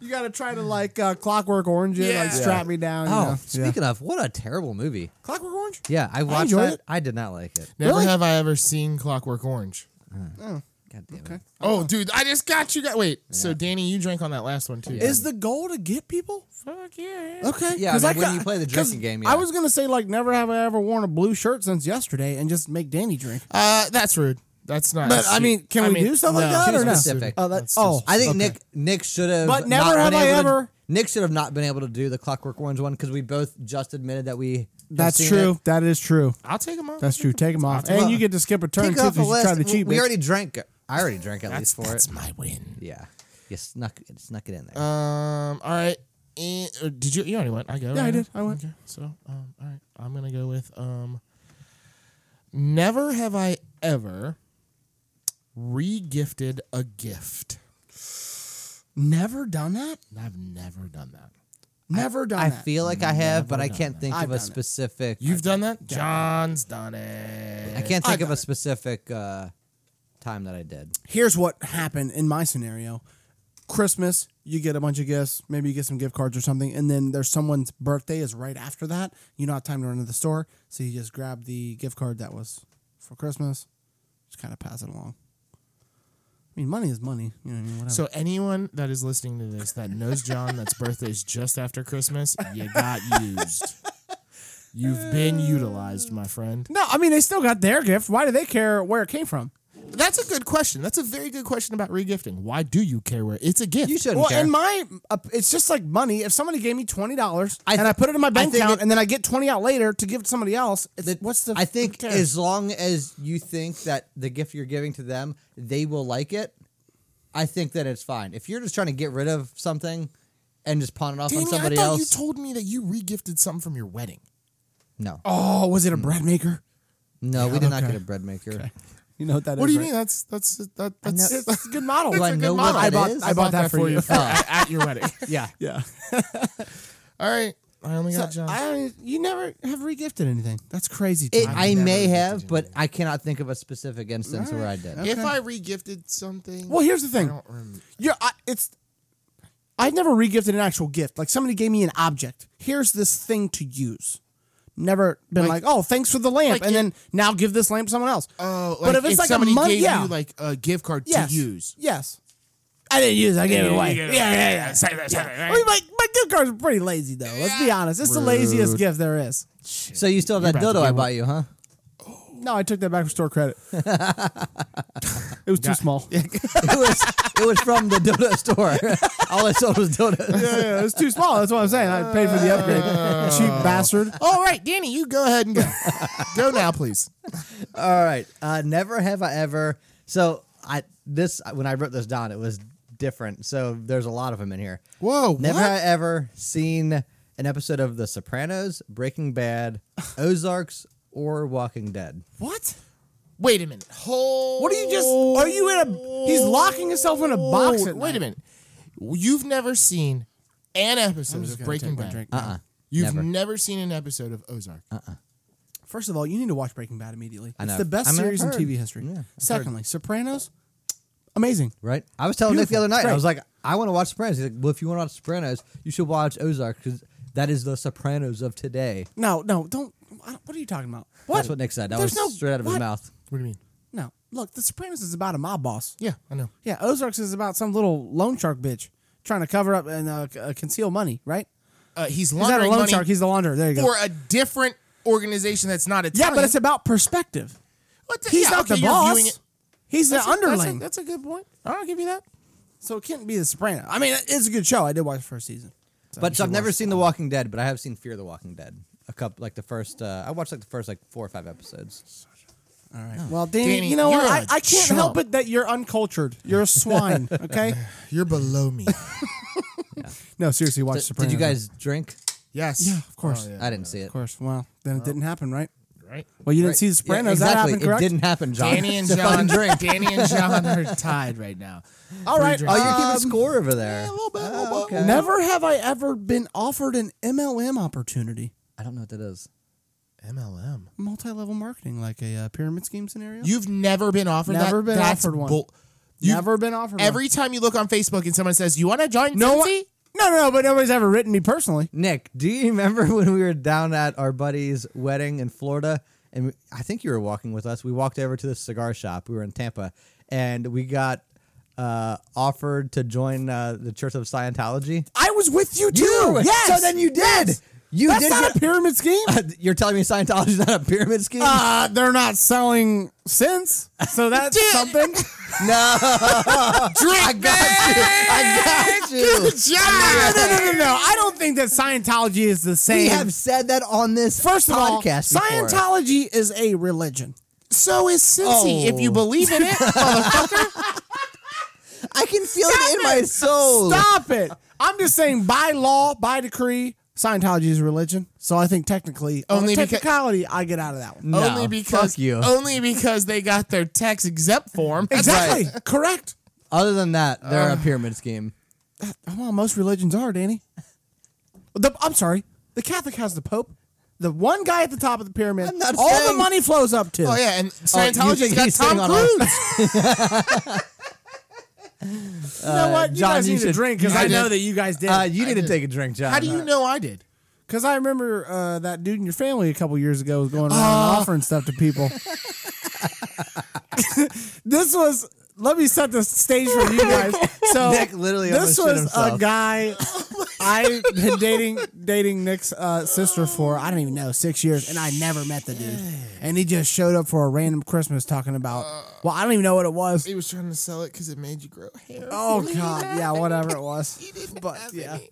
Speaker 3: you gotta try to like uh, Clockwork Orange it,
Speaker 1: Yeah.
Speaker 3: like strap me down. you
Speaker 2: Oh,
Speaker 3: know?
Speaker 2: speaking of, what a terrible movie.
Speaker 3: Clockwork Orange.
Speaker 2: Yeah, I watched
Speaker 3: enjoyed
Speaker 2: that.
Speaker 3: it.
Speaker 2: I did not like it.
Speaker 1: never
Speaker 3: Really?
Speaker 1: have I ever seen Clockwork Orange.
Speaker 2: God damn it.
Speaker 1: Oh, dude, I just got you guys. Wait, so Danny, you drank on that last one too.
Speaker 3: Is the goal to get people?
Speaker 1: fuck yeah?
Speaker 3: Okay.
Speaker 2: Yeah, I
Speaker 3: 'Cause
Speaker 2: mean, when
Speaker 3: ca-
Speaker 2: you play the
Speaker 3: 'cause
Speaker 2: drinking game,
Speaker 3: I
Speaker 2: yeah.
Speaker 3: was gonna say like never have I ever worn a blue shirt since yesterday, and just make Danny drink.
Speaker 1: Uh, that's rude. That's not.
Speaker 3: But I mean, can we do something like that
Speaker 2: too
Speaker 3: or no?
Speaker 2: specific.
Speaker 3: Oh, that,
Speaker 1: That's
Speaker 3: oh,
Speaker 2: I think
Speaker 3: okay.
Speaker 2: Nick Nick should have.
Speaker 3: But
Speaker 2: not
Speaker 3: never have
Speaker 2: been
Speaker 3: I
Speaker 2: able to-
Speaker 3: ever-
Speaker 2: Nick should have not been able to do the Clockwork Orange one because we both just admitted that we. have
Speaker 3: That's
Speaker 2: seen
Speaker 3: true.
Speaker 2: it.
Speaker 3: That is true.
Speaker 1: I'll take them off.
Speaker 3: That's true. Take them off, and you get to skip a turn
Speaker 2: Take it
Speaker 3: too
Speaker 2: off the
Speaker 3: because you tried
Speaker 2: list.
Speaker 3: to cheat.
Speaker 2: we
Speaker 3: bitch.
Speaker 2: already drank. it. I already drank at
Speaker 1: That's,
Speaker 2: least for
Speaker 1: that's
Speaker 2: it.
Speaker 1: my win.
Speaker 2: Yeah, you snuck it, snuck it in
Speaker 3: Uh,
Speaker 2: there.
Speaker 1: Um. All right. Eh, uh, did you? You already went. I go.
Speaker 3: Yeah, I
Speaker 1: right?
Speaker 3: did. I went.
Speaker 1: Okay. So, um, all right. I'm gonna go with um. Never have I ever regifted a gift.
Speaker 3: Never done that.
Speaker 1: I've never done that.
Speaker 3: Never done
Speaker 2: I
Speaker 3: that.
Speaker 2: feel like I have, but I
Speaker 1: done
Speaker 2: can't
Speaker 1: that.
Speaker 2: think
Speaker 3: I've
Speaker 2: of a
Speaker 3: done it.
Speaker 2: specific.
Speaker 1: You've done that. John's done it.
Speaker 2: I can't
Speaker 3: I've
Speaker 2: think of
Speaker 3: done
Speaker 2: a
Speaker 3: it.
Speaker 2: specific uh, time that I did.
Speaker 3: here's what happened in my scenario christmas you get a bunch of gifts maybe you get some gift cards or something and then there's someone's birthday is right after that you don't have time to run to the store so you just grab the gift card that was for christmas just kind of pass it along i mean money is money you know what i mean whatever
Speaker 1: So anyone that is listening to this that knows John, that's birthday is just after Christmas, you got used. You've been utilized, my friend.
Speaker 3: no i mean they still got their gift why do they care where it came from
Speaker 1: That's a good question. That's a very good question about regifting. Why do you care where it's a gift?
Speaker 2: You shouldn't
Speaker 3: well
Speaker 2: care.
Speaker 3: in my uh, it's just like money if somebody gave me $20
Speaker 2: I
Speaker 3: and i
Speaker 2: th-
Speaker 3: put it in my bank
Speaker 2: think
Speaker 3: account
Speaker 2: it-
Speaker 3: and then i get 20 out later to give to somebody else it's, what's the
Speaker 2: I think
Speaker 3: who cares?
Speaker 2: as long as you think that the gift you're giving to them, they will like it. I think that it's fine. If you're just trying to get rid of something and just pawn it off
Speaker 1: Danny,
Speaker 2: on
Speaker 1: I
Speaker 2: somebody
Speaker 1: thought
Speaker 2: else,
Speaker 1: you told me that you regifted something from your wedding.
Speaker 2: no,
Speaker 3: oh was it a bread maker
Speaker 2: no, we did not
Speaker 3: okay.
Speaker 2: get a bread maker.
Speaker 3: You know what that
Speaker 1: What do
Speaker 3: is,
Speaker 1: you
Speaker 3: right?
Speaker 1: mean? That's that's that,
Speaker 2: I know-
Speaker 1: that's
Speaker 2: that's
Speaker 3: It's a good model.
Speaker 2: Do I
Speaker 3: It's a
Speaker 2: know
Speaker 3: good
Speaker 2: what
Speaker 3: model.
Speaker 2: that
Speaker 3: I bought,
Speaker 2: is?
Speaker 3: I bought that, for you.
Speaker 1: at, at your wedding.
Speaker 2: Yeah,
Speaker 3: yeah.
Speaker 1: All right, I only got
Speaker 3: So,
Speaker 1: Josh.
Speaker 3: I, you never have regifted anything. That's crazy.
Speaker 2: It,
Speaker 3: Tom.
Speaker 1: I've
Speaker 2: I may
Speaker 1: never
Speaker 2: have,
Speaker 1: gifted
Speaker 2: but I cannot think of a specific instance where I did.
Speaker 1: If
Speaker 3: okay.
Speaker 1: I regifted something,
Speaker 3: well, here's the
Speaker 1: I
Speaker 3: thing.
Speaker 1: don't remember.
Speaker 3: You're, I, it's. I've never regifted an actual gift. Like somebody gave me an object. Here's this thing to use. Never been like,
Speaker 1: Like-
Speaker 3: oh, thanks for the lamp,
Speaker 1: like
Speaker 3: and
Speaker 1: it-
Speaker 3: then now give this lamp to someone else.
Speaker 1: Oh,
Speaker 3: but if it's like
Speaker 1: somebody
Speaker 3: a month,
Speaker 1: gave
Speaker 3: yeah,
Speaker 1: you like a gift card
Speaker 3: yes,
Speaker 1: to use,
Speaker 3: yes. I didn't use. it. I gave it away. Yeah, yeah, yeah.
Speaker 1: Say that, say that, right?
Speaker 3: Well, my, my gift cards are pretty lazy though. Let's be honest. It's the laziest gift there is.
Speaker 2: So you still have that
Speaker 1: You're about to
Speaker 2: dildo I
Speaker 1: get one.
Speaker 2: bought you, huh?
Speaker 3: No, I took that back for store credit. it was too small. Yeah,
Speaker 2: It was it was from the dildo store. All I sold was dildos.
Speaker 3: yeah, it was too small. That's what I'm saying. I paid for the upgrade. Cheap bastard.
Speaker 1: All right, Danny, you go ahead and go. go now, please.
Speaker 2: All right. Uh, never have I ever. So I this when I wrote this down, it was different. So there's a lot of them in here.
Speaker 1: Whoa,
Speaker 2: Never
Speaker 1: what?
Speaker 2: have I ever seen an episode of The Sopranos, Breaking Bad, Ozarks, or Walking Dead.
Speaker 3: What?
Speaker 1: Wait a minute. Hold.
Speaker 3: What are you just? Are you in a? He's locking himself in a
Speaker 2: Oh,
Speaker 3: box. At
Speaker 1: Oh, Wait
Speaker 3: night.
Speaker 1: a minute. You've never seen an episode
Speaker 3: just
Speaker 1: of
Speaker 3: gonna
Speaker 1: Breaking
Speaker 3: take my
Speaker 1: Bad.
Speaker 3: drink now. Uh-uh.
Speaker 1: You've
Speaker 2: Never.
Speaker 1: never. seen an episode of Ozark.
Speaker 3: First of all, you need to watch Breaking Bad immediately.
Speaker 2: know.
Speaker 3: It's the best
Speaker 2: I mean, I've
Speaker 3: series in
Speaker 2: heard.
Speaker 3: TV history.
Speaker 2: Yeah, I've
Speaker 3: Secondly, Sopranos, amazing.
Speaker 2: Right? I was telling Nick the
Speaker 3: Beautiful.
Speaker 2: other night, I
Speaker 3: Great.
Speaker 2: was like, I want to watch Sopranos. He's like, well, if you want to watch Sopranos, you should watch Ozarks because that is the Sopranos of today.
Speaker 3: No, no, don't. I don't- What are you talking about? What?
Speaker 2: That's what Nick said. That
Speaker 3: There's
Speaker 2: was
Speaker 3: no-
Speaker 2: straight out of his
Speaker 3: what?
Speaker 2: mouth.
Speaker 1: What do you mean?
Speaker 3: No, look, The Sopranos is about a mob boss.
Speaker 1: Yeah, I know.
Speaker 3: Yeah, Ozarks is about some little loan shark bitch trying to cover up and uh, c- uh, conceal money, right?
Speaker 1: Uh, he's
Speaker 3: He's not a
Speaker 1: laundering
Speaker 3: loan
Speaker 1: money
Speaker 3: shark. He's the launderer. There you go.
Speaker 1: for a different organization that's not Italian.
Speaker 3: yeah, but it's about perspective.
Speaker 1: What the-
Speaker 3: He's
Speaker 1: yeah,
Speaker 3: not
Speaker 1: okay,
Speaker 3: the
Speaker 1: you're
Speaker 3: boss.
Speaker 1: viewing it-
Speaker 3: He's the
Speaker 1: That's a- that's a-
Speaker 3: underling.
Speaker 1: That's a good point.
Speaker 3: I'll give you that. So it can't be The Sopranos. I mean, it's a good show. I did watch the first season. So
Speaker 2: But so
Speaker 3: you
Speaker 2: I've
Speaker 3: should
Speaker 2: never
Speaker 3: watch
Speaker 2: seen The Walking Dead, but I have seen Fear the Walking Dead. A couple, like the first, uh, I watched like the first like four or five episodes.
Speaker 3: it. All right. Well, Danny,
Speaker 1: Danny,
Speaker 3: you know what?
Speaker 1: you're
Speaker 3: I,
Speaker 1: a
Speaker 3: I can't
Speaker 1: chump.
Speaker 3: help it that you're uncultured. You're a swine. Okay.
Speaker 1: You're below me.
Speaker 3: no, seriously, watch
Speaker 2: Did-
Speaker 3: Sopranos.
Speaker 2: did you guys drink?
Speaker 1: yes. Oh,
Speaker 3: Yeah, of course.
Speaker 2: I didn't see it.
Speaker 3: Of course. Well, then it didn't happen, right?
Speaker 1: Right.
Speaker 3: Well, you
Speaker 2: Right.
Speaker 3: didn't see The
Speaker 2: Yeah,
Speaker 3: Sopranos. That
Speaker 2: exactly.
Speaker 3: happened, correct?
Speaker 2: It didn't happen, John.
Speaker 1: Danny and
Speaker 2: So
Speaker 1: John.
Speaker 2: fucking drink.
Speaker 1: Danny and John are tied right now.
Speaker 3: All right.
Speaker 1: drinks.
Speaker 2: Oh, you're
Speaker 3: um,
Speaker 2: keeping score over there.
Speaker 1: little bit,
Speaker 2: Oh,
Speaker 1: little bit.
Speaker 2: okay.
Speaker 3: Never have I ever been offered an MLM opportunity.
Speaker 2: I don't know what that is.
Speaker 1: MLM.
Speaker 3: Multi-level marketing, like a uh, pyramid scheme scenario.
Speaker 1: You've never been offered that.
Speaker 3: Never been
Speaker 1: That's
Speaker 3: offered one.
Speaker 1: You've-
Speaker 3: never been offered one.
Speaker 1: Every time you look on Facebook and someone says, "You want to join?"
Speaker 3: no one.
Speaker 1: Cincy?"
Speaker 3: No, no, no. But nobody's ever written me personally.
Speaker 2: Nick, do you remember when we were down at our buddy's wedding in Florida? And we, I think you were walking with us. We walked over to the cigar shop. We were in Tampa, and we got uh, offered to join uh, the Church of Scientology.
Speaker 3: I was with you too.
Speaker 2: were-
Speaker 3: yes.
Speaker 2: So then you did. You
Speaker 3: That's
Speaker 2: did.
Speaker 3: not
Speaker 2: get-
Speaker 3: a pyramid scheme.
Speaker 2: You're telling me Scientology's not a pyramid scheme?
Speaker 3: Uh, they're not selling sense, so that's something.
Speaker 1: Drink, I got you.
Speaker 2: I got you.
Speaker 3: no, no, no, no, no. I don't think that Scientology is the same.
Speaker 2: We have said that on this
Speaker 3: First of all,
Speaker 2: podcast before.
Speaker 3: Scientology is a religion.
Speaker 1: So is Cincy. If you
Speaker 2: Oh.
Speaker 1: believe in it, motherfucker.
Speaker 2: I can feel it in my soul.
Speaker 3: Stop it. I'm just saying, by law, by decree, Scientology is a religion. So I think technically, only
Speaker 1: Only
Speaker 3: on a
Speaker 1: because-
Speaker 3: technicality, I get out of that one.
Speaker 2: No,
Speaker 1: only because
Speaker 2: fuck you.
Speaker 1: only because they got their tax exempt form.
Speaker 3: Exactly. Correct.
Speaker 2: Other than that, they're a pyramid scheme.
Speaker 3: Oh, Well, most religions are, Danny. The, I'm sorry. The Catholic has the Pope. The one guy at the top of the pyramid.
Speaker 2: I'm not
Speaker 3: all the
Speaker 2: saying-
Speaker 3: money flows up to.
Speaker 1: Oh yeah, and
Speaker 2: you
Speaker 1: Scientology's
Speaker 2: think
Speaker 1: got
Speaker 2: he's sitting
Speaker 1: Tom
Speaker 2: on all-
Speaker 1: Cruise.
Speaker 3: You know what?
Speaker 2: Uh, John,
Speaker 3: You guys
Speaker 2: you
Speaker 3: need to
Speaker 2: should-
Speaker 3: drink because
Speaker 1: you
Speaker 3: I
Speaker 1: should-
Speaker 3: know that you guys did.
Speaker 2: Uh, you need to
Speaker 1: did.
Speaker 2: take a drink, John.
Speaker 1: How do you know I did?
Speaker 3: Because I remember uh, that dude in your family a couple years ago was going around and offering stuff to people. this was. Let me set the stage for you guys. So
Speaker 2: Nick literally almost
Speaker 3: this
Speaker 2: shit
Speaker 3: was a
Speaker 2: himself.
Speaker 3: guy
Speaker 1: Oh
Speaker 3: I've been dating dating Nick's uh, sister for I don't even know six years, and I never met the dude. And he just showed up for a random Christmas talking about. Well, I don't even know what it was.
Speaker 1: Uh, He was trying to sell it because it made you grow hair.
Speaker 3: Oh God, yeah, whatever it was. But yeah.
Speaker 1: any.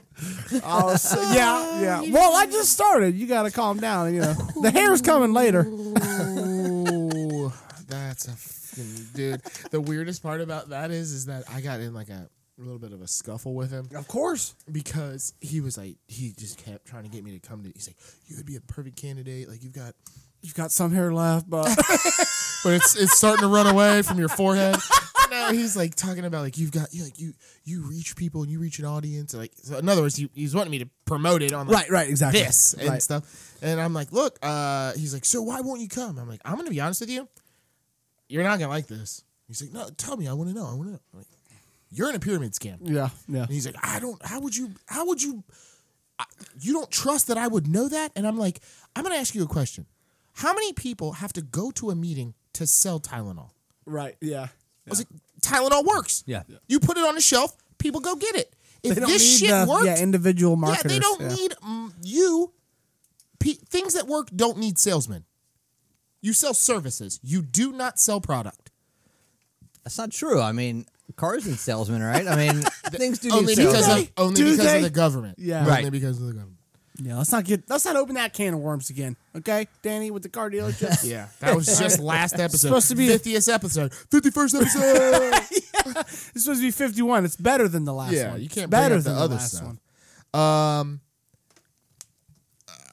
Speaker 3: Oh, so, yeah, yeah. Well, I just started. You got to calm down. You know, the hair's coming later.
Speaker 1: Ooh, that's a fucking dude. The weirdest part about that is, is that I got in like a little bit of a scuffle with him
Speaker 3: Of course.
Speaker 1: because he was like, he just kept trying to get me to come to. He's like, you would be a perfect candidate. Like you've got,
Speaker 3: You've got some hair left, but
Speaker 1: but it's it's starting to run away from your forehead. no, he's like talking about like you've got you like you you reach people and you reach an audience. Like so in other words, he, he's wanting me to promote it on like,
Speaker 3: right, exactly.
Speaker 1: this and
Speaker 3: Right.
Speaker 1: stuff. And I'm like, look, uh, he's like, so why won't you come? I'm like, I'm gonna be honest with you, you're not gonna like this. He's like, no, tell me, I want to know, I want to know. I'm like, you're in a pyramid scam.
Speaker 3: Yeah, yeah.
Speaker 1: And he's like, I don't. How would you? How would you? I, you don't trust that I would know that? And I'm like, I'm gonna ask you a question. How many people have to go to a meeting to sell Tylenol?
Speaker 3: Right, yeah.
Speaker 1: I was like, Tylenol works.
Speaker 2: Yeah. Yeah.
Speaker 1: You put it on a shelf, people go get it. If
Speaker 3: They don't
Speaker 1: this
Speaker 3: need
Speaker 1: shit
Speaker 3: the-
Speaker 1: worked,
Speaker 3: yeah, individual
Speaker 1: yeah,
Speaker 3: marketers.
Speaker 1: they don't need mm, you. Pe- things that work don't need salesmen. You sell services. You do not sell product.
Speaker 2: That's not true. I mean, cars need salesmen, right? I mean, things do
Speaker 3: Oh,
Speaker 1: Only
Speaker 2: need salesmen.
Speaker 1: because of
Speaker 3: they?
Speaker 1: only
Speaker 3: Do
Speaker 1: because
Speaker 3: they?
Speaker 1: of the government.
Speaker 3: Yeah.
Speaker 1: Only
Speaker 2: Right.
Speaker 1: because of the government.
Speaker 3: Yeah, let's not get let's not open that can of worms again. Okay, Danny with the car dealerships.
Speaker 1: Yeah, that was just last episode.
Speaker 3: Supposed to be-
Speaker 1: fiftieth episode, fifty first episode.
Speaker 3: This is supposed to be fifty one. It's better than the last
Speaker 1: yeah,
Speaker 3: one.
Speaker 1: you
Speaker 3: It's
Speaker 1: can't bring
Speaker 3: better
Speaker 1: up the
Speaker 3: than
Speaker 1: other
Speaker 3: the last
Speaker 1: stuff.
Speaker 3: one.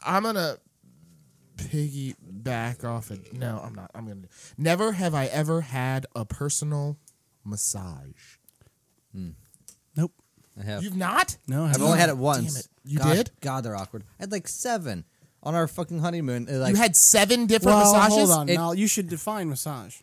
Speaker 1: I'm gonna piggyback off it. No, I'm not. I'm gonna. Never have I ever had a personal massage.
Speaker 3: Nope.
Speaker 2: I have.
Speaker 1: You've not?
Speaker 3: No, I
Speaker 2: I've
Speaker 3: haven't.
Speaker 2: only had it
Speaker 1: Damn
Speaker 2: once.
Speaker 1: it. You
Speaker 2: God,
Speaker 1: did?
Speaker 2: God, they're awkward. I had like seven on our fucking honeymoon. It, Like,
Speaker 1: you had seven different
Speaker 3: well,
Speaker 1: massages.
Speaker 3: hold on.
Speaker 2: It-
Speaker 3: now you should define massage.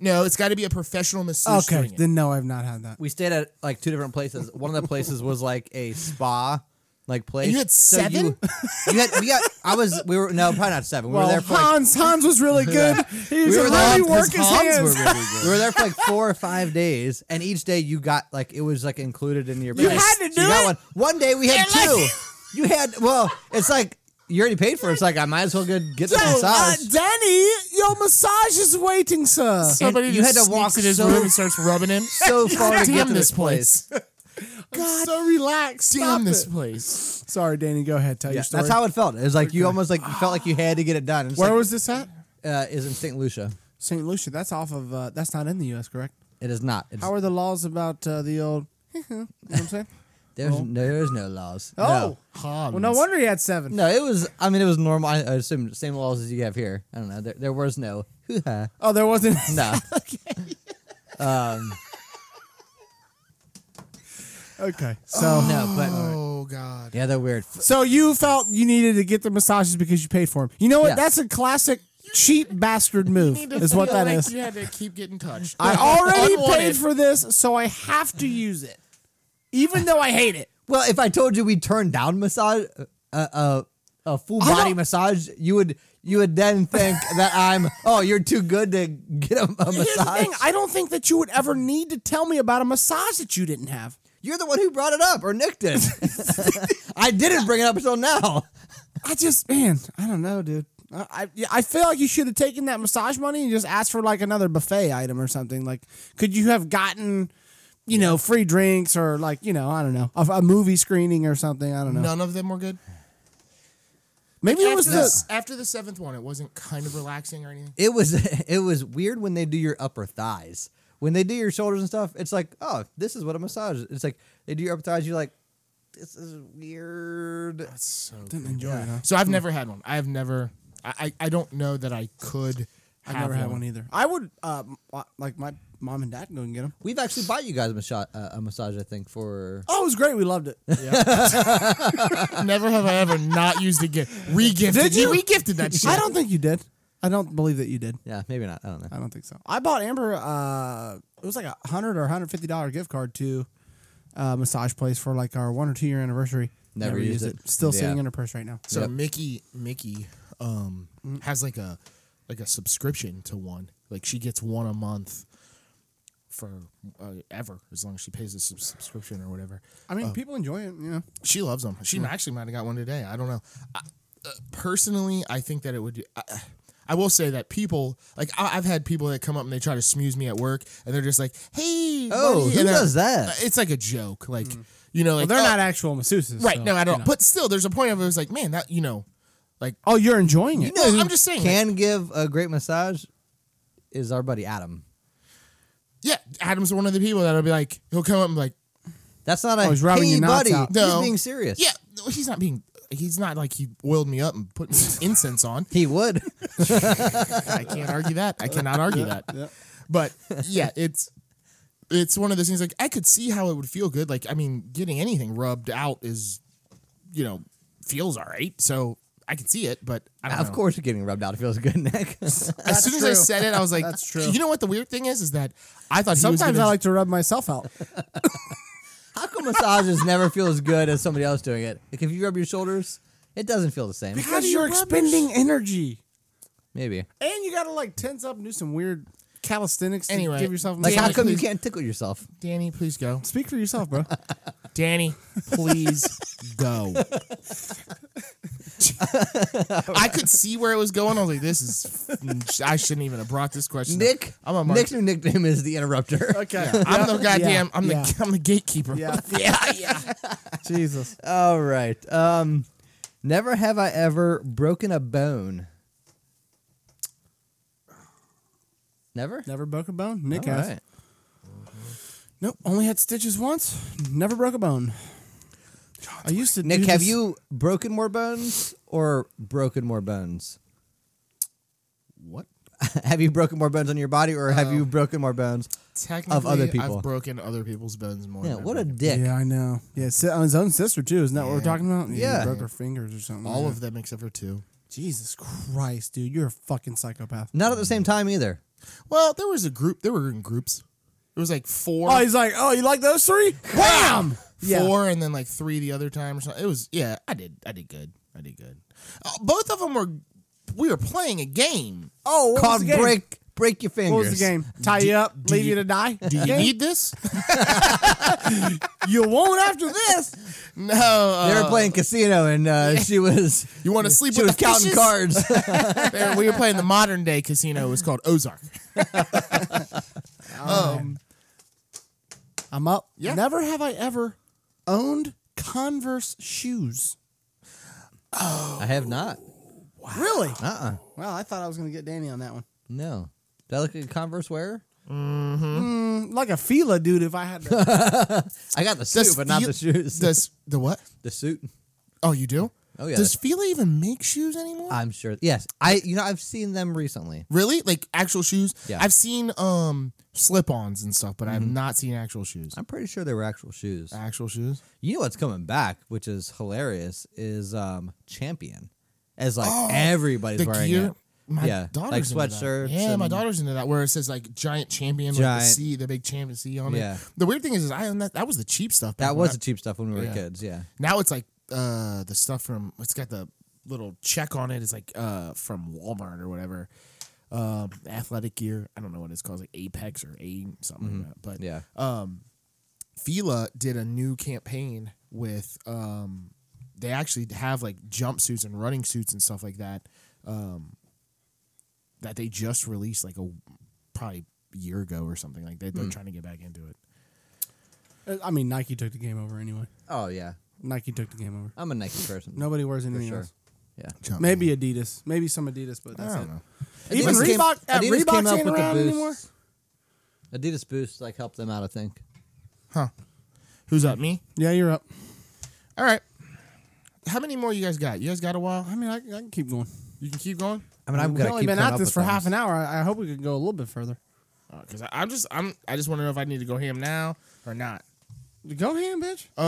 Speaker 1: No, it's got to be a professional massage.
Speaker 3: okay,
Speaker 1: doing it.
Speaker 3: then no, I've not had that.
Speaker 2: we stayed at like two different places. One of the places was like a spa. Like place.
Speaker 1: And you had
Speaker 2: So
Speaker 1: seven?
Speaker 2: You, you had we got I was we were no probably not seven. We
Speaker 3: Well,
Speaker 2: were there for like
Speaker 3: Hans Hans was really good. He was
Speaker 2: we were
Speaker 3: really
Speaker 2: there
Speaker 3: work his
Speaker 2: Hans
Speaker 3: hands.
Speaker 2: were really good. we were there for like four or five days, and each day you got like it was like included in your.
Speaker 3: You
Speaker 2: price.
Speaker 3: had to
Speaker 2: So you
Speaker 3: do
Speaker 2: got
Speaker 3: it?
Speaker 2: One. one day we had
Speaker 3: They're
Speaker 2: two.
Speaker 3: like-
Speaker 2: you had well, it's like you already paid for. it. It's like I might as well go get the
Speaker 3: Yo, uh,
Speaker 2: massage.
Speaker 3: Danny, your massage is waiting, sir.
Speaker 1: Somebody
Speaker 2: you
Speaker 1: just
Speaker 2: had to
Speaker 1: sneaks
Speaker 2: walk
Speaker 1: in his
Speaker 2: so-
Speaker 1: room and starts rubbing him.
Speaker 2: so far to
Speaker 1: Damn
Speaker 2: get to
Speaker 1: this
Speaker 2: this place.
Speaker 3: God, so relaxed.
Speaker 1: Damn this place.
Speaker 3: Sorry, Danny. Go ahead. Tell
Speaker 2: Yeah,
Speaker 3: your story.
Speaker 2: that's how it felt. It was like you almost like you felt like you had to get it done. It's
Speaker 3: Where
Speaker 2: like,
Speaker 3: was this at?
Speaker 2: uh, is in St. Lucia?
Speaker 3: St. Lucia. That's off of. Uh, that's not in the U.S. Correct?
Speaker 2: It is not. It's,
Speaker 3: How are the laws about uh, the old? you know what I'm saying?
Speaker 2: there's no, there's no laws.
Speaker 3: Oh,
Speaker 2: No.
Speaker 1: Hans.
Speaker 3: well, no wonder he had seven.
Speaker 2: No, it was. I mean, it was normal. I, I assume same laws as you have here. I don't know. There, there was no hoo ha.
Speaker 3: Oh, there wasn't.
Speaker 2: No.
Speaker 3: okay, so
Speaker 2: no, but
Speaker 1: Oh God.
Speaker 2: yeah, they're weird.
Speaker 3: so you felt you needed to get the massages because you paid for them. You know what?
Speaker 2: Yeah.
Speaker 3: That's a classic cheap bastard move.
Speaker 1: You
Speaker 3: Is what
Speaker 1: feel
Speaker 3: that
Speaker 1: like
Speaker 3: is.
Speaker 1: You had to keep getting touched.
Speaker 3: I already
Speaker 1: Unwanted.
Speaker 3: paid for this, so I have to use it, even though I hate it.
Speaker 2: Well, if I told you we turned down massage, uh, uh, a full
Speaker 3: I
Speaker 2: body
Speaker 3: don't-
Speaker 2: massage, you would you would then think that I'm oh you're too good to get a, a
Speaker 3: Here's the
Speaker 2: massage.
Speaker 3: thing: I don't think that you would ever need to tell me about a massage that you didn't have.
Speaker 2: You're the one who brought it up or nicked it. I didn't bring it up until now.
Speaker 3: I just, man, I don't know, dude. I, I, yeah, I feel like you should have taken that massage money and just asked for like another buffet item or something. Like, could you have gotten, you know, free drinks or like, you know, I don't know, a, a movie screening or something? I don't know.
Speaker 1: None of them were good.
Speaker 3: Maybe it was
Speaker 1: after,
Speaker 3: the.
Speaker 1: the, after the seventh one, it wasn't kind of relaxing or anything.
Speaker 2: It was it was weird when they do your upper thighs. When they do your shoulders and stuff, it's like oh this is what a massage. is. It's like they do your upper thighs. You're like this is weird.
Speaker 1: So,
Speaker 3: Didn't enjoy it. Huh?
Speaker 1: so I've never had one. I've never. I, I I don't know that I could.
Speaker 3: I
Speaker 1: have
Speaker 3: never had one either. I would, uh, m- like my mom and dad go and get them.
Speaker 2: We've actually bought you guys a, massa- uh, a massage, I think, for
Speaker 3: Oh, it was great. We loved it.
Speaker 1: never have I ever not used a gift. Regifted.
Speaker 3: Did you?
Speaker 1: We gifted that shit.
Speaker 3: I don't think you did. I don't believe that you did.
Speaker 2: yeah, maybe not. I don't
Speaker 1: Uh,
Speaker 2: know.
Speaker 3: I don't think so. I bought Amber. Uh, it was like a hundred or hundred fifty dollar gift card to a massage place for like our one or two year anniversary.
Speaker 2: Never used it.
Speaker 3: Still sitting
Speaker 2: Yeah.
Speaker 3: in her purse right now.
Speaker 1: So
Speaker 2: Yep.
Speaker 1: Mickey Mickey um has like a like a subscription to one. Like she gets one a month for uh, ever as long as she pays a sub- subscription or whatever.
Speaker 3: I mean, people enjoy it. You know,
Speaker 1: She loves them.
Speaker 2: Hmm.
Speaker 1: She actually might have got one today. I don't know. I, uh, personally, I think that it would. I, I will say that people like I, I've had people that come up and they try to smooze me at work, and they're just like, "Hey,
Speaker 2: Oh,
Speaker 1: buddy,"
Speaker 2: who
Speaker 1: and I- Uh,
Speaker 2: does that? Hmm.
Speaker 1: It's like a joke, like you know, like
Speaker 3: they're
Speaker 1: oh,
Speaker 3: not actual masseuses,
Speaker 1: right.
Speaker 3: so,
Speaker 1: no, I don't.
Speaker 3: you know.
Speaker 1: But still, there's a point of it was like, man, that you know, like
Speaker 3: oh, you're enjoying it.
Speaker 1: No,
Speaker 2: who
Speaker 1: I'm just saying. like,
Speaker 2: Can give a great massage is our buddy Adam.
Speaker 1: yeah, Adam's one of the people that'll be like, he'll come up and be like,
Speaker 2: That's
Speaker 1: Oh,
Speaker 2: not a
Speaker 3: he's rubbing
Speaker 2: hey
Speaker 3: your knots
Speaker 2: buddy.
Speaker 3: out.
Speaker 1: no,
Speaker 2: He's being serious.
Speaker 1: Yeah, no, he's not being. He's not like he oiled me up and put incense on.
Speaker 2: he would.
Speaker 1: I can't argue that. I cannot argue that. But yeah, it's it's one of those things like I could see how it would feel good. Like, I mean, getting anything rubbed out is, you know, feels all right. So I could see it, but I don't
Speaker 2: Of
Speaker 1: know.
Speaker 2: course, you're getting rubbed out. It feels good, Nick.
Speaker 1: As soon as I
Speaker 3: true.
Speaker 1: said it, I was like,
Speaker 3: That's true.
Speaker 1: You know what the weird thing is? Is that I thought he was
Speaker 3: Sometimes
Speaker 1: gonna-
Speaker 3: I like to rub myself out.
Speaker 2: How come massages never feel as good as somebody else doing it? Like if you rub your shoulders, it doesn't feel the same.
Speaker 1: How do
Speaker 3: Because
Speaker 1: you
Speaker 3: you're
Speaker 1: rub your
Speaker 3: expending energy.
Speaker 2: Maybe.
Speaker 3: And you gotta like tense up and do some weird calisthenics to
Speaker 1: Anyway,
Speaker 3: give yourself
Speaker 2: Like how
Speaker 1: Danny,
Speaker 2: come you
Speaker 1: please-
Speaker 2: can't tickle yourself?
Speaker 1: Danny, please go.
Speaker 3: Speak for yourself, bro.
Speaker 1: Danny, please go. I could see where it was going. I was like, this is. I shouldn't even have brought this question. up.
Speaker 2: Nick.
Speaker 1: I'm a mark.
Speaker 2: Nick's new nickname is the interrupter.
Speaker 3: okay.
Speaker 1: I'm the goddamn. I'm the.
Speaker 3: yeah.
Speaker 1: I'm the gatekeeper.
Speaker 3: Yeah.
Speaker 1: yeah, yeah.
Speaker 3: Jesus.
Speaker 2: All right. Um, never have I ever broken a bone. Never.
Speaker 3: Never broke a bone? Nick
Speaker 2: All
Speaker 3: has.
Speaker 2: right.
Speaker 3: Nope. Only had stitches once. Never broke a bone. I used to.
Speaker 2: Nick,
Speaker 3: do
Speaker 2: have
Speaker 3: this-
Speaker 2: you broken more bones or broken more bones?
Speaker 1: What?
Speaker 2: have you broken more bones on your body or have you broken more bones?
Speaker 1: Technically,
Speaker 2: other people.
Speaker 1: I've broken other people's bones more.
Speaker 2: Yeah,
Speaker 1: than
Speaker 2: what
Speaker 1: I've
Speaker 2: a
Speaker 1: broken
Speaker 2: dick.
Speaker 3: Yeah, I know. Yeah, si- on his own sister too. Isn't that what we're talking about?
Speaker 2: Yeah.
Speaker 3: He broke her fingers or something.
Speaker 1: all
Speaker 3: yeah.
Speaker 1: of them except for two.
Speaker 3: Jesus Christ, dude, you're a fucking psychopath.
Speaker 2: Not at the same time either.
Speaker 1: Well, there was a group. There were in groups. There was like four.
Speaker 3: Oh, he's like, oh, you like those three? Wham! Yeah.
Speaker 1: four and then like three the other time or something. It was yeah, I did I did good. I did good. Uh, both of them were we were playing a game.
Speaker 3: Oh, what
Speaker 2: Called
Speaker 3: was the game?
Speaker 2: break break your fingers.
Speaker 3: What was the game? Tie you up,
Speaker 1: do
Speaker 3: leave
Speaker 1: you-
Speaker 3: you to die.
Speaker 1: Do you need this?
Speaker 3: You won't after this.
Speaker 1: No. Uh,
Speaker 2: They were playing casino and uh, she was
Speaker 1: You want to sleep
Speaker 2: she
Speaker 1: with
Speaker 2: was
Speaker 1: the
Speaker 2: counting
Speaker 1: fishes?
Speaker 2: cards.
Speaker 1: They were- we were playing the modern day casino. It was called Ozark. um,
Speaker 3: I'm up.
Speaker 1: Yeah.
Speaker 3: Never have I ever owned Converse shoes.
Speaker 2: I have not.
Speaker 3: Really?
Speaker 2: Uh uh
Speaker 1: Uh-uh.
Speaker 3: Well, I thought I was gonna get Danny on that one.
Speaker 2: No. Do I look like a Converse wearer?
Speaker 3: Mm, Like a Fila dude, if I had to.
Speaker 2: I got the suit, but not
Speaker 1: Fila-
Speaker 2: the shoes. The,
Speaker 1: does the what?
Speaker 2: suit.
Speaker 1: Oh, you do?
Speaker 2: Oh, yeah.
Speaker 1: Does Fila even make shoes anymore?
Speaker 2: I'm sure. Yes. I you know, I've seen them recently.
Speaker 1: really? Like actual shoes?
Speaker 2: Yeah. Mm-hmm.
Speaker 1: I've seen um slip-ons and stuff, but I've not seen actual shoes.
Speaker 2: I'm pretty sure they were actual shoes.
Speaker 3: Ah.
Speaker 1: Actual shoes?
Speaker 2: You know what's coming back, which is hilarious, is um Champion. As like
Speaker 3: Oh,
Speaker 2: everybody's
Speaker 1: the
Speaker 2: wearing
Speaker 1: gear.
Speaker 2: it.
Speaker 1: My
Speaker 2: Yeah,
Speaker 1: daughter's
Speaker 2: like
Speaker 1: into that.
Speaker 2: sweatshirts
Speaker 1: Yeah, my
Speaker 2: and-
Speaker 1: daughter's into that. Where it says like giant champion, like the
Speaker 2: Giant.
Speaker 1: C, the big champion C on
Speaker 2: Yeah.
Speaker 1: it. The weird thing is, is I own that. That was the cheap stuff. back
Speaker 2: That
Speaker 1: when
Speaker 2: was the
Speaker 1: I-
Speaker 2: cheap stuff when we were
Speaker 1: Yeah.
Speaker 2: kids, yeah.
Speaker 1: now it's like uh, the stuff from. It's got the little check on it. It's like uh, from Walmart or whatever. Um, athletic gear. I don't know what it's called. It's like Apex or A something
Speaker 2: Mm-hmm.
Speaker 1: like that. But
Speaker 2: Yeah.
Speaker 3: Uh,
Speaker 1: Fila did a new campaign with um they actually have like jumpsuits and running suits and stuff like that um that they just released like a probably a year ago or something like they, they're trying to get back into it
Speaker 3: Uh, I mean, Nike took the game over anyway.
Speaker 2: oh yeah.
Speaker 3: Nike took the game over.
Speaker 2: I'm a Nike person.
Speaker 3: Nobody wears
Speaker 2: for
Speaker 3: anything
Speaker 2: sure.
Speaker 3: else.
Speaker 2: Yeah.
Speaker 3: Maybe Adidas. Maybe some Adidas, but that's
Speaker 1: I don't
Speaker 3: it.
Speaker 1: know.
Speaker 3: Even
Speaker 2: Adidas came-
Speaker 3: Reebok. uh,
Speaker 2: Adidas came
Speaker 3: Reebok's
Speaker 2: up
Speaker 3: ain't
Speaker 2: with the
Speaker 3: around
Speaker 2: Boost.
Speaker 3: anymore.
Speaker 2: Adidas Boost like helped them out, I think.
Speaker 1: who's up me
Speaker 3: Yeah, you're up.
Speaker 1: all right how many more you guys got you guys got a while
Speaker 3: I mean, I, I can keep going.
Speaker 1: you can keep going
Speaker 2: I mean, I've
Speaker 3: We've
Speaker 2: got
Speaker 3: only been at this for half an hour. I, I hope we could go a little bit further.
Speaker 1: because i'm just i'm Uh, i just want to know if i need to go ham now or not
Speaker 3: Go ham, bitch.
Speaker 1: um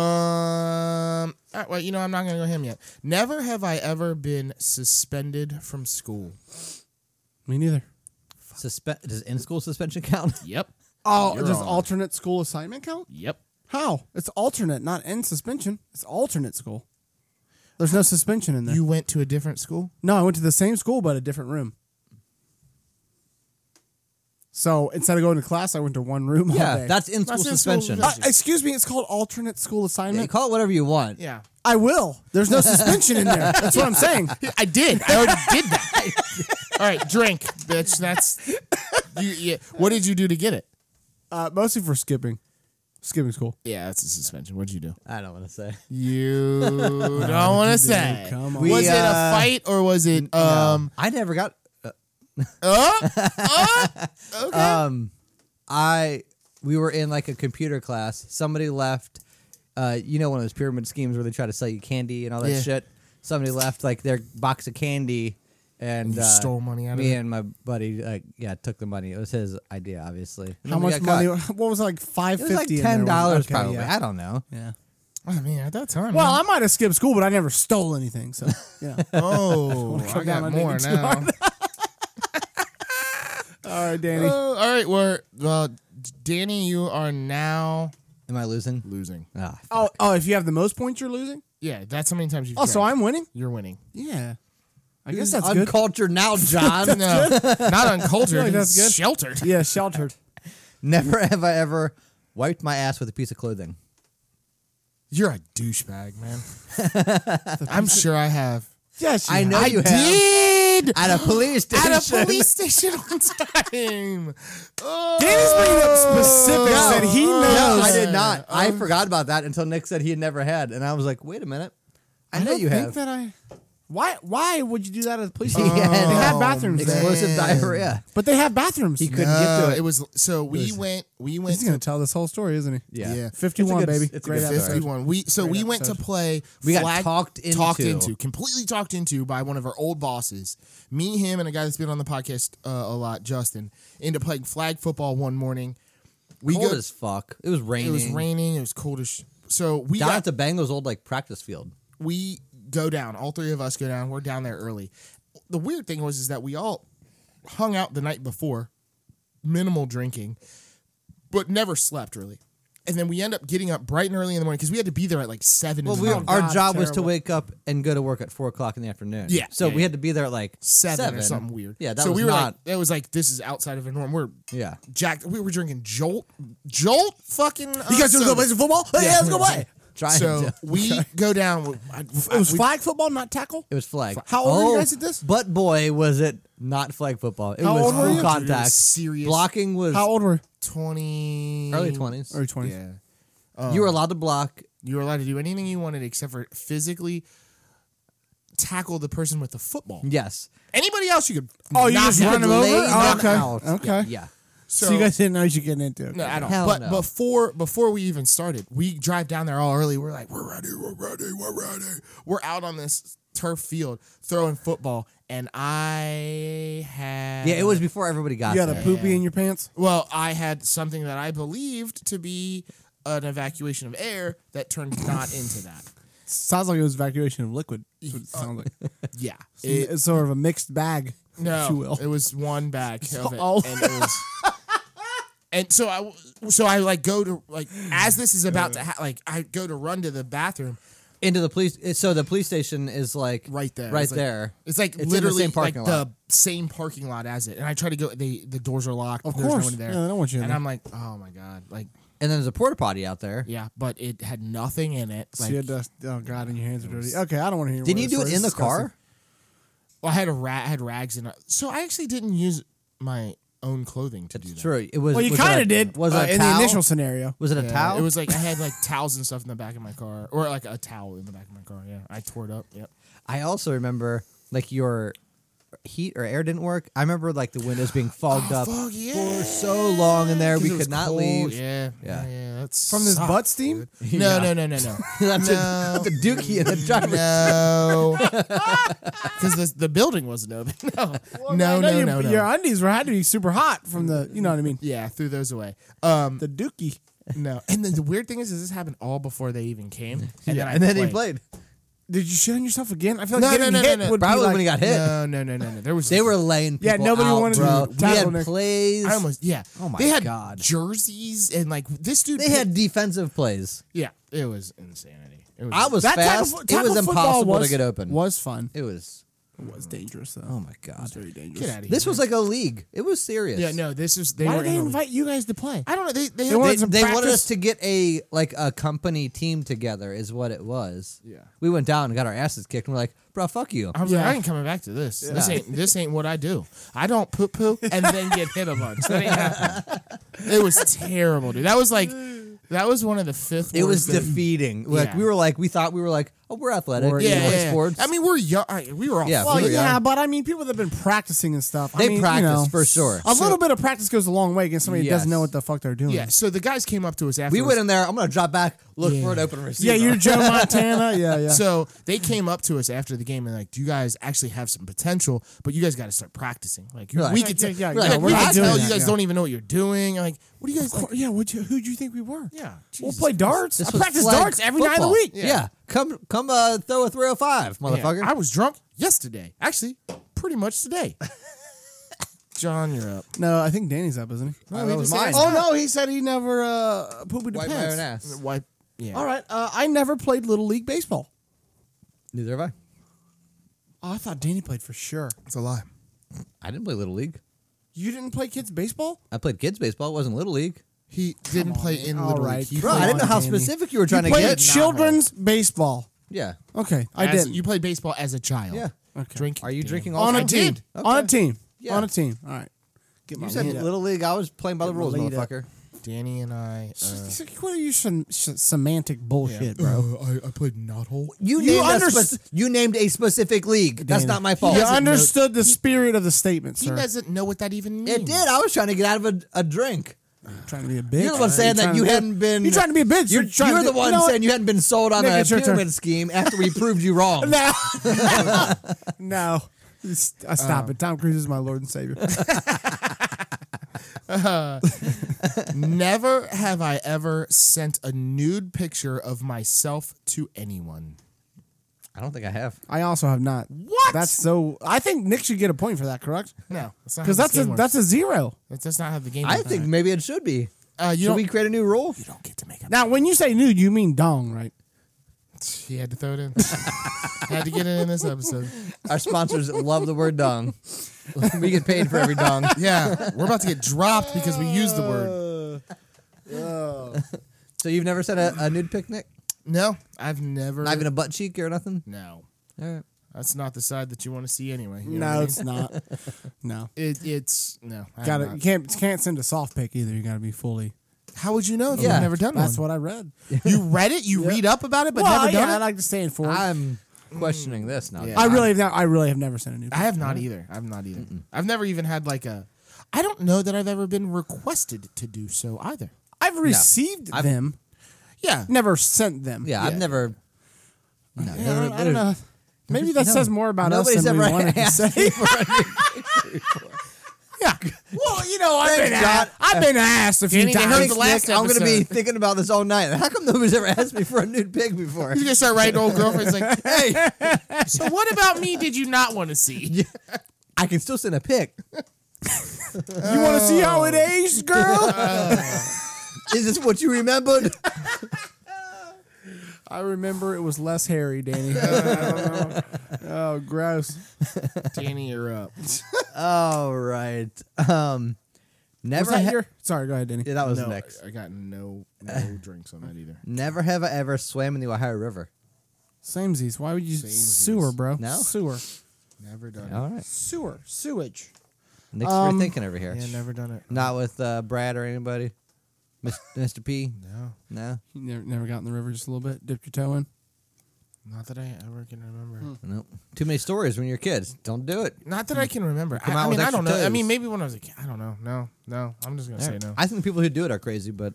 Speaker 1: all right, well you know i'm not gonna go ham yet never have i ever been suspended from school
Speaker 3: Me neither.
Speaker 2: Suspe- does in school suspension count?
Speaker 1: yep
Speaker 3: Oh,
Speaker 1: You're
Speaker 3: does
Speaker 1: on.
Speaker 3: alternate school assignment count?
Speaker 1: Yep.
Speaker 3: How? It's alternate, not in suspension. It's alternate school. There's no suspension in there.
Speaker 1: You went to a different school?
Speaker 3: no, I went to the same school but a different room. So instead of going to class, I went to one room all
Speaker 2: yeah,
Speaker 3: day.
Speaker 2: that's in school
Speaker 1: That's in-school
Speaker 2: suspension.
Speaker 1: suspension.
Speaker 3: Uh, excuse me, it's called alternate school
Speaker 2: Yeah,
Speaker 3: assignment.
Speaker 2: call it whatever you want.
Speaker 1: Yeah.
Speaker 3: I will. There's no suspension in there. That's what I'm saying.
Speaker 1: I did. I already did that. All right, drink, bitch. That's you, yeah. What did you do to get it?
Speaker 3: Uh, mostly for skipping. Skipping school.
Speaker 1: Yeah, that's a suspension. What did you do?
Speaker 2: I don't want to say.
Speaker 1: You don't want to say.
Speaker 3: Come
Speaker 1: Was
Speaker 3: on.
Speaker 2: We,
Speaker 1: it a
Speaker 2: uh,
Speaker 1: fight or was it um? oh,
Speaker 2: I never got. Uh,
Speaker 1: Okay.
Speaker 2: um, I we were in like a computer class. Somebody left. Uh, you know one of those pyramid schemes where they try to sell you candy and all that
Speaker 1: Yeah.
Speaker 2: shit. Somebody left like their box of candy And
Speaker 1: You
Speaker 2: uh,
Speaker 1: stole money out of
Speaker 2: me
Speaker 1: it?
Speaker 2: and my buddy, uh, yeah, took the money. It was his idea, obviously. And
Speaker 3: How
Speaker 2: then we
Speaker 3: much
Speaker 2: got
Speaker 3: money?
Speaker 2: caught.
Speaker 3: What was it, like five
Speaker 2: It was like
Speaker 3: fifty?
Speaker 2: ten dollars,
Speaker 3: okay,
Speaker 2: probably.
Speaker 3: Yeah.
Speaker 2: I don't know.
Speaker 3: yeah.
Speaker 1: I mean, at that time.
Speaker 3: Well,
Speaker 1: man.
Speaker 3: I might have skipped school, but I never stole anything. So yeah.
Speaker 1: oh, I
Speaker 3: come down
Speaker 1: got
Speaker 3: on
Speaker 1: more
Speaker 3: it too
Speaker 1: now.
Speaker 3: hard. All right, Danny.
Speaker 2: Uh,
Speaker 1: Oh, all right, we're well, Danny, you are now
Speaker 2: Am I losing?
Speaker 1: losing.
Speaker 2: Ah, f-
Speaker 3: oh, oh, if you have the most points, you're losing.
Speaker 1: Yeah, that's how many times you've.
Speaker 3: Oh, so
Speaker 1: drank.
Speaker 3: I'm winning.
Speaker 1: You're winning.
Speaker 3: Yeah. I guess that's good.
Speaker 2: uncultured now, John.
Speaker 1: No, not uncultured.
Speaker 3: like that's good.
Speaker 1: Sheltered.
Speaker 3: Yeah, sheltered.
Speaker 2: Never have I ever wiped my ass with a piece of clothing.
Speaker 1: You're a douchebag, man. I'm sure I have.
Speaker 3: Yes, you
Speaker 2: I
Speaker 3: have.
Speaker 2: know you have.
Speaker 1: Did
Speaker 2: At a police station.
Speaker 1: at a police station on time. Oh.
Speaker 3: Danny's bringing up specifics that he
Speaker 2: No,
Speaker 3: knows.
Speaker 2: I did not. I forgot about that until Nick said he had never had, and I was like, "Wait a minute, I, know
Speaker 3: don't
Speaker 2: you
Speaker 3: think
Speaker 2: have."
Speaker 3: that I. Why? Why would you do that at the police
Speaker 2: He
Speaker 3: station?
Speaker 2: had
Speaker 3: they have bathrooms there,
Speaker 2: explosive diarrhea.
Speaker 3: but they have bathrooms.
Speaker 2: He couldn't
Speaker 1: No,
Speaker 2: get to
Speaker 1: it
Speaker 2: it.
Speaker 1: was so we went. We went.
Speaker 3: He's
Speaker 1: to
Speaker 3: gonna tell this whole story, isn't he?
Speaker 2: Yeah.
Speaker 1: yeah.
Speaker 2: It's
Speaker 3: Fifty-one,
Speaker 2: a good-
Speaker 3: baby.
Speaker 2: it's a
Speaker 3: Great
Speaker 2: good
Speaker 3: episode.
Speaker 2: episode.
Speaker 1: 51. We so
Speaker 3: Great
Speaker 1: we went to
Speaker 3: episode.
Speaker 1: play.
Speaker 2: We got
Speaker 1: flag-
Speaker 2: talked into.
Speaker 1: talked into, completely talked into by one of our old bosses. Me, him, and a guy that's been on the podcast uh, a lot, Justin, into playing flag football one morning. We
Speaker 2: Cold
Speaker 1: go.
Speaker 2: as fuck. It was raining.
Speaker 1: It was raining. It was cold as. Sh- so we
Speaker 2: Down
Speaker 1: got
Speaker 2: at the Bengals old like practice field.
Speaker 1: we go down. All three of us go down. We're down there early. The weird thing was is that we all hung out the night before, minimal drinking, but never slept really. And then we end up getting up bright and early in the morning because we had to be there at like seven.
Speaker 2: Well,
Speaker 1: in
Speaker 2: we,
Speaker 1: the
Speaker 2: our
Speaker 1: morning.
Speaker 3: God,
Speaker 2: job was to
Speaker 3: terrible.
Speaker 2: wake up and go to work at four o'clock in the afternoon.
Speaker 1: Yeah,
Speaker 2: So
Speaker 1: yeah,
Speaker 2: we
Speaker 1: yeah.
Speaker 2: had to be there at like
Speaker 1: seven, or something weird.
Speaker 2: Yeah. That
Speaker 1: so
Speaker 2: was
Speaker 1: we were
Speaker 2: not.
Speaker 1: like, it was like this is outside of the norm. We're
Speaker 2: yeah.
Speaker 1: Jack. We were drinking Jolt, Jolt, fucking. Uh,
Speaker 3: You guys want to go
Speaker 1: soda.
Speaker 3: play some football? Yeah, let's go play.
Speaker 2: Trying
Speaker 1: So
Speaker 2: to.
Speaker 1: we go down. we- I,
Speaker 3: It was
Speaker 1: we-
Speaker 3: flag football, not tackle.
Speaker 2: It was flag.
Speaker 3: How old were you
Speaker 2: Oh,
Speaker 3: guys at this?
Speaker 2: But boy, was it not flag football. It
Speaker 3: How
Speaker 2: was
Speaker 3: old were
Speaker 2: full
Speaker 3: you? Dude, it was
Speaker 2: contact.
Speaker 1: serious.
Speaker 2: Blocking was
Speaker 3: How old were?
Speaker 1: twenty
Speaker 2: early twenties.
Speaker 3: Early oh. twenties.
Speaker 1: Yeah,
Speaker 2: You were allowed to block.
Speaker 1: you were allowed to do anything you wanted except for physically tackle the person with the football.
Speaker 2: Yes.
Speaker 1: Anybody else you could?
Speaker 3: Mm. Oh, you
Speaker 1: knock
Speaker 3: just
Speaker 1: out.
Speaker 3: run them over?
Speaker 2: Lay
Speaker 3: Oh,
Speaker 2: them
Speaker 3: okay.
Speaker 2: out.
Speaker 3: Okay.
Speaker 2: Yeah.
Speaker 3: So,
Speaker 1: So,
Speaker 3: you guys didn't know what you're getting into.
Speaker 1: No, I don't.
Speaker 2: Hell
Speaker 1: but
Speaker 2: no.
Speaker 1: before before we even started, we drive down there all early. We're like, we're ready, we're ready, we're ready. We're out on this turf field throwing football, and I had
Speaker 2: Yeah. It was before everybody got
Speaker 3: You got
Speaker 2: there.
Speaker 3: a poopy in your pants.
Speaker 1: well, I had something that I believed to be an evacuation of air that turned not into that.
Speaker 3: Sounds like it was evacuation of liquid. That's what it sounds like.
Speaker 1: Yeah, it,
Speaker 3: it's sort of a mixed bag,
Speaker 1: no,
Speaker 3: if you will.
Speaker 1: it was one bag of it,
Speaker 3: Oh.
Speaker 1: and it was. And so I, so I like go to like as this is about to ha- like I go to run to the bathroom
Speaker 2: into the police. So the police station is like
Speaker 1: right there.
Speaker 2: right
Speaker 1: It's like-
Speaker 2: there.
Speaker 1: It's like
Speaker 2: in the
Speaker 1: literally
Speaker 2: same parking
Speaker 1: like the same parking lot as it. And I try to go. They the doors are locked.
Speaker 3: Of
Speaker 1: there's
Speaker 3: course.
Speaker 1: no one there.
Speaker 3: Yeah, they don't want you in
Speaker 1: And
Speaker 3: there.
Speaker 1: I'm like, oh my god, like
Speaker 2: and then there's a porta potty out there.
Speaker 1: yeah, but it had nothing in it.
Speaker 3: So
Speaker 1: Like,
Speaker 3: you had to, oh god, and your hands are dirty. Okay, I don't want to hear.
Speaker 2: Didn't
Speaker 3: more
Speaker 2: you
Speaker 3: of this
Speaker 2: do it
Speaker 3: story.
Speaker 2: in the
Speaker 3: It's disgusting.
Speaker 2: car?
Speaker 1: well, I had a rat. I had rags in. it. So I actually didn't use my own clothing to do that.
Speaker 2: True. It was.
Speaker 3: Well, you
Speaker 2: was it a-
Speaker 3: kind of did.
Speaker 2: Was it
Speaker 3: uh,
Speaker 2: a
Speaker 3: in
Speaker 2: towel?
Speaker 3: the initial scenario?
Speaker 2: Was it a
Speaker 1: Yeah,
Speaker 2: towel?
Speaker 1: It was like I had like towels and stuff in the back of my car, or like a towel in the back of my car. Yeah, I tore it up. Yep.
Speaker 2: I also remember like your heat or air didn't work. I remember like the windows being fogged up
Speaker 1: Oh, fuck, yeah.
Speaker 2: for so long in there
Speaker 1: 'Cause
Speaker 2: we
Speaker 1: it was
Speaker 2: could not
Speaker 1: cold.
Speaker 2: leave.
Speaker 1: Yeah,
Speaker 2: Yeah.
Speaker 1: yeah, yeah. That's
Speaker 3: From this butt steam?
Speaker 1: No,
Speaker 2: Yeah.
Speaker 1: no, no, no, no.
Speaker 2: that's,
Speaker 1: No.
Speaker 2: a, that's a dookie in the driver's
Speaker 1: No, because the, the building wasn't open. No, no,
Speaker 3: I know
Speaker 1: no,
Speaker 3: your,
Speaker 1: no, no.
Speaker 3: Your undies were had to be super hot from the. You know what I mean?
Speaker 1: Yeah, threw those away. Um,
Speaker 3: The dookie.
Speaker 1: no, and then the weird thing is, is this happened all before they even came, and then I
Speaker 2: and then
Speaker 1: played.
Speaker 2: he played.
Speaker 3: Did you shit on yourself again? I feel like
Speaker 1: No,
Speaker 3: getting
Speaker 1: no, no, no,
Speaker 3: hit
Speaker 1: no.
Speaker 3: would be
Speaker 2: Probably
Speaker 3: like,
Speaker 2: when he got hit.
Speaker 1: No, no, no, no, no. There was
Speaker 2: They were laying people
Speaker 3: Yeah, nobody
Speaker 2: out,
Speaker 3: wanted to
Speaker 2: bro. we
Speaker 3: tackle
Speaker 2: had
Speaker 3: Nick.
Speaker 2: plays.
Speaker 1: I almost yeah.
Speaker 2: Oh my
Speaker 1: they had
Speaker 2: God.
Speaker 1: jerseys and like this dude.
Speaker 2: they had defensive plays.
Speaker 1: yeah. It was insanity. It was,
Speaker 2: I was
Speaker 3: that tackle-
Speaker 2: fast.
Speaker 3: tackle
Speaker 2: it was
Speaker 3: football
Speaker 2: impossible
Speaker 3: was-
Speaker 2: to get open.
Speaker 3: Was fun.
Speaker 2: It was.
Speaker 3: It was dangerous though.
Speaker 2: Oh my god.
Speaker 3: very dangerous.
Speaker 1: get out of here.
Speaker 2: This was like a league. It was serious.
Speaker 1: yeah. No, this is they
Speaker 3: Why
Speaker 1: were
Speaker 3: did they
Speaker 1: in a-
Speaker 3: invite you guys to play?
Speaker 1: I don't know. They they, had,
Speaker 2: They,
Speaker 3: wanted Wanted some
Speaker 2: they wanted
Speaker 3: practice?
Speaker 2: us to get a like a company team together is what it was.
Speaker 1: Yeah.
Speaker 2: We went down and got our asses kicked and we're like, bro, fuck you.
Speaker 1: I was
Speaker 3: Yeah.
Speaker 1: like, I ain't coming back to this. This
Speaker 2: Yeah.
Speaker 1: ain't this ain't what I do. I don't poo poo and then get hit a bunch. That ain't happening. It was terrible, dude. That was like that was one of the fifth.
Speaker 2: It
Speaker 1: ones
Speaker 2: was
Speaker 1: that-
Speaker 2: defeating. Like
Speaker 1: Yeah.
Speaker 2: we were like we thought we were like, oh, we're athletic.
Speaker 3: Or-
Speaker 2: we
Speaker 1: yeah,
Speaker 2: play
Speaker 1: yeah, yeah.
Speaker 2: sports.
Speaker 1: I mean, we're young. I, we were all
Speaker 2: Yeah,
Speaker 1: yeah,
Speaker 3: Well,
Speaker 2: we were
Speaker 3: yeah,
Speaker 2: young.
Speaker 3: but I mean, people that have been practicing and stuff. I
Speaker 2: they
Speaker 3: mean, you
Speaker 2: practice
Speaker 3: know,
Speaker 2: for sure.
Speaker 3: A little bit of practice goes a long way against somebody that doesn't
Speaker 2: Yes.
Speaker 3: know what the fuck they're doing.
Speaker 1: yeah. So the guys came up to us after
Speaker 2: We went in there. I'm gonna drop back, look
Speaker 1: Yeah.
Speaker 2: for an open receiver.
Speaker 3: Yeah, you're Joe Montana. Yeah, yeah.
Speaker 1: So they came up to us after the game and like, "Do you guys actually have some potential? But you guys got to start practicing. Like,
Speaker 2: Right.
Speaker 1: we
Speaker 2: Yeah,
Speaker 1: could
Speaker 3: yeah,
Speaker 1: tell,
Speaker 3: yeah,
Speaker 1: like,
Speaker 2: yeah,
Speaker 1: we
Speaker 2: we're
Speaker 1: could
Speaker 2: not
Speaker 1: tell
Speaker 2: doing
Speaker 1: you
Speaker 3: that,
Speaker 1: guys
Speaker 3: yeah.
Speaker 1: don't even know what you're doing. Like, what do you guys?
Speaker 3: Of
Speaker 1: Like?
Speaker 3: course- yeah, what'd you, who'd you think we were?
Speaker 1: Yeah,
Speaker 3: We'll
Speaker 1: Jesus.
Speaker 3: play darts.
Speaker 2: This
Speaker 3: I
Speaker 2: was
Speaker 3: practice
Speaker 2: flag
Speaker 3: darts every night of
Speaker 2: football.
Speaker 3: the week.
Speaker 2: Yeah. come come uh, throw a 305,
Speaker 1: Man,
Speaker 2: motherfucker.
Speaker 1: I was drunk yesterday. Actually, pretty much today. John, you're up.
Speaker 3: No, I think Danny's up, isn't he?
Speaker 2: No, that was mine.
Speaker 3: Oh no, he said he never uh, pooped
Speaker 2: Wipe
Speaker 3: his
Speaker 2: my own
Speaker 3: pants.
Speaker 2: ass.
Speaker 1: Why? Yeah.
Speaker 3: All right, uh, I never played little league baseball.
Speaker 2: Neither have I.
Speaker 3: Oh, I thought Danny played for sure.
Speaker 1: It's a lie.
Speaker 2: I didn't play little league.
Speaker 3: You didn't play kids baseball?
Speaker 2: I played kids baseball. It wasn't little league.
Speaker 1: He didn't play in
Speaker 3: man.
Speaker 1: Little
Speaker 3: All right.
Speaker 1: League. He
Speaker 2: Bro,
Speaker 1: played
Speaker 2: I didn't know
Speaker 1: on
Speaker 2: how
Speaker 1: Danny.
Speaker 2: specific you were trying to
Speaker 3: played
Speaker 2: get.
Speaker 3: children's baseball.
Speaker 2: Yeah.
Speaker 3: Okay, I
Speaker 1: As-
Speaker 3: didn't.
Speaker 1: You played baseball as a child.
Speaker 2: Yeah.
Speaker 3: Okay.
Speaker 1: Drink.
Speaker 2: Are you
Speaker 1: Danny.
Speaker 2: drinking all
Speaker 3: on a
Speaker 1: I
Speaker 2: time?
Speaker 3: team.
Speaker 1: did.
Speaker 3: On a team.
Speaker 2: Yeah.
Speaker 3: On a team. All right. Get my
Speaker 2: You said
Speaker 3: lead up.
Speaker 2: little league. I was playing by the rules,
Speaker 3: Lead up.
Speaker 2: motherfucker.
Speaker 1: Danny and I. Uh,
Speaker 3: S- s- What are you some sh- semantic bullshit, bro?
Speaker 1: I, I played knothole.
Speaker 2: You,
Speaker 3: You
Speaker 2: named a
Speaker 3: underst-
Speaker 2: spec- you named a specific league. That's not my fault.
Speaker 3: You understood the spirit of the statement,
Speaker 1: He
Speaker 3: sir.
Speaker 1: doesn't know what that even means.
Speaker 2: It did. I was trying to get out of a, a drink.
Speaker 3: trying to be a bitch.
Speaker 2: You're the one saying that you hadn't been.
Speaker 3: You're trying to be a bitch.
Speaker 2: You're,
Speaker 3: You're trying
Speaker 2: you're
Speaker 3: to-
Speaker 2: the one
Speaker 3: you know what?
Speaker 2: saying you hadn't been sold on
Speaker 3: Nick,
Speaker 2: a
Speaker 3: it's your turn.
Speaker 2: pyramid scheme after we proved you wrong.
Speaker 3: No. no. It's- uh, stop it. Tom Cruise is my Lord and Savior.
Speaker 1: Never have I ever sent a nude picture of myself to anyone.
Speaker 2: I don't think I have.
Speaker 3: I also have not.
Speaker 1: What?
Speaker 3: That's so. I think Nick should get a point for that, correct?
Speaker 1: No, that's not
Speaker 3: Because
Speaker 1: how
Speaker 3: that's
Speaker 1: this
Speaker 3: a
Speaker 1: game
Speaker 3: that's a zero.
Speaker 1: works. that's not how the game.
Speaker 2: I
Speaker 1: works.
Speaker 2: think maybe it should be.
Speaker 1: uh, you
Speaker 2: Should
Speaker 1: don't.
Speaker 2: we create a new rule?
Speaker 1: you don't get to make up.
Speaker 3: Now, when you say nude, you mean dong, right?
Speaker 1: He had to throw it in. had to get it in this episode.
Speaker 2: Our sponsors love the word dong. we get paid for every dong.
Speaker 1: Yeah, we're about to get dropped because we used the word.
Speaker 2: So you've never said a, a nude picnic?
Speaker 1: No, I've never.
Speaker 2: Not even a butt cheek or nothing?
Speaker 1: no,
Speaker 2: All right.
Speaker 1: that's not the side that you want to see anyway. you know what
Speaker 3: no,
Speaker 1: I mean?
Speaker 3: it's not. No.
Speaker 1: It, it's no. I have
Speaker 3: Got to
Speaker 1: not.
Speaker 3: You can't can't send a soft pic either. You got to be fully.
Speaker 1: How would you know? If
Speaker 2: Yeah.
Speaker 1: you've never done
Speaker 3: That's
Speaker 1: one.
Speaker 3: what I read.
Speaker 1: you read it. You read up about it, but
Speaker 3: well,
Speaker 1: never done
Speaker 3: yeah, I
Speaker 1: it.
Speaker 3: like to stand for it. I,
Speaker 2: I'm questioning this now.
Speaker 1: Yeah.
Speaker 3: really have not. I really have never sent a nude.
Speaker 1: I
Speaker 3: pic.
Speaker 1: have not either. I've not either. I've never even had like a. I don't know that I've ever been requested to do so either.
Speaker 3: I've received
Speaker 2: I've-
Speaker 3: them.
Speaker 1: Yeah.
Speaker 3: Never sent them.
Speaker 2: Yeah, I've
Speaker 1: Yeah.
Speaker 2: never. No,
Speaker 3: Yeah, I
Speaker 2: there-
Speaker 3: don't- I
Speaker 2: there-
Speaker 3: don't know. Maybe that
Speaker 2: No.
Speaker 3: says more about us
Speaker 2: Nobody's
Speaker 3: than we
Speaker 2: ever
Speaker 3: wanted to
Speaker 2: asked
Speaker 3: say. yeah. Well, you know, I've been asked, I've been asked a few
Speaker 1: Danny, they heard
Speaker 3: times.
Speaker 1: the last
Speaker 2: Nick, I'm going to be
Speaker 1: episode.
Speaker 2: thinking about this all night. How come nobody's ever asked me for a nude pic before?
Speaker 1: He's gonna start writing to old girlfriends like, "Hey, so what about me? Did you not want to see?"
Speaker 2: I can still send a pic.
Speaker 3: You want to see how it aged, girl?
Speaker 2: Is this what you remembered?
Speaker 3: I remember it was less hairy, Danny. oh, gross.
Speaker 1: Danny, you're up.
Speaker 2: all right. Um,
Speaker 3: Was
Speaker 2: never.
Speaker 3: that
Speaker 2: ha-
Speaker 3: your? Sorry, go ahead, Danny.
Speaker 2: yeah, that was
Speaker 1: no,
Speaker 2: next.
Speaker 1: I got no no drinks on that either.
Speaker 2: Never have I ever swam in the Ohio River.
Speaker 3: Samesies. Why would you
Speaker 1: Samesies.
Speaker 3: sewer, bro?
Speaker 2: No?
Speaker 3: sewer,
Speaker 1: Never done
Speaker 2: All right.
Speaker 3: sewer, sewage.
Speaker 2: Nick's rethinking over here.
Speaker 1: it. Yeah, never done it.
Speaker 2: Not with uh, Brad or anybody. Mis- Mr. P.
Speaker 1: No,
Speaker 2: No.
Speaker 3: You never, never got in the river just a little bit, dipped your toe in.
Speaker 1: not that I ever can remember.
Speaker 2: Nope. Too many stories when you're kids. Don't do it.
Speaker 1: Not that I can remember. I,
Speaker 2: come out
Speaker 1: I
Speaker 2: with
Speaker 1: mean, I
Speaker 2: extra
Speaker 1: don't know. I
Speaker 2: toes.
Speaker 1: mean, maybe when I was a kid. I don't know. No, no. I'm just gonna say no.
Speaker 2: I think people who do it are crazy, but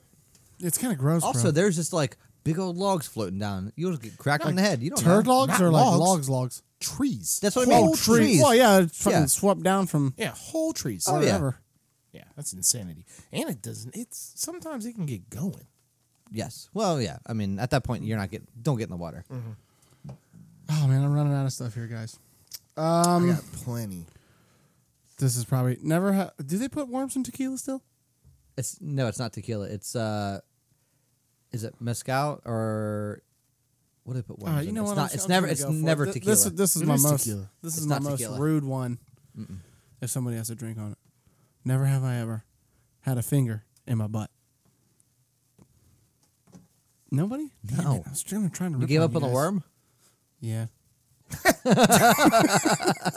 Speaker 3: It's kind of gross.
Speaker 2: also
Speaker 3: bro.
Speaker 2: there's just like big old logs floating down. You'll get cracked on the head. You don't
Speaker 3: turd
Speaker 2: know.
Speaker 3: logs
Speaker 1: Not
Speaker 3: or like
Speaker 1: logs.
Speaker 3: logs, logs.
Speaker 1: trees.
Speaker 2: That's what I mean.
Speaker 1: Whole
Speaker 2: Tree. trees.
Speaker 3: Well, yeah, it's fucking
Speaker 2: Yeah.
Speaker 3: swept down from
Speaker 1: Yeah, whole trees.
Speaker 2: Oh, yeah.
Speaker 3: wherever.
Speaker 1: Yeah, that's insanity. And it doesn't. It's sometimes it can get going.
Speaker 2: Yes. Well, yeah. I mean, at that point, you're not getting. Don't get in the water.
Speaker 3: Mm-hmm. Oh man, I'm running out of stuff here, guys.
Speaker 2: Um,
Speaker 1: I got plenty.
Speaker 3: This is probably never. Ha- Do they put worms in tequila still?
Speaker 2: It's no. It's not tequila. It's uh, is it mezcal or what do they put?
Speaker 3: All
Speaker 2: worms
Speaker 3: right, Uh, you
Speaker 2: in?
Speaker 3: know
Speaker 2: it's
Speaker 3: what?
Speaker 2: Not,
Speaker 3: I'm-
Speaker 2: it's
Speaker 3: I'm
Speaker 2: never.
Speaker 3: gonna
Speaker 2: It's
Speaker 3: go for it.
Speaker 2: never
Speaker 3: Th-
Speaker 2: tequila.
Speaker 3: This, is- this is
Speaker 1: It
Speaker 3: my
Speaker 1: is
Speaker 3: most.
Speaker 1: tequila.
Speaker 3: This
Speaker 2: It's
Speaker 3: is my
Speaker 2: not
Speaker 3: most
Speaker 2: tequila.
Speaker 3: rude one. If somebody has a drink on it, never have I ever had a finger in my butt. Nobody? Damn
Speaker 2: No.
Speaker 3: it, I was trying, trying to.
Speaker 2: you
Speaker 3: rip
Speaker 2: gave up
Speaker 3: you
Speaker 2: on the
Speaker 3: guys.
Speaker 2: worm.
Speaker 3: Yeah.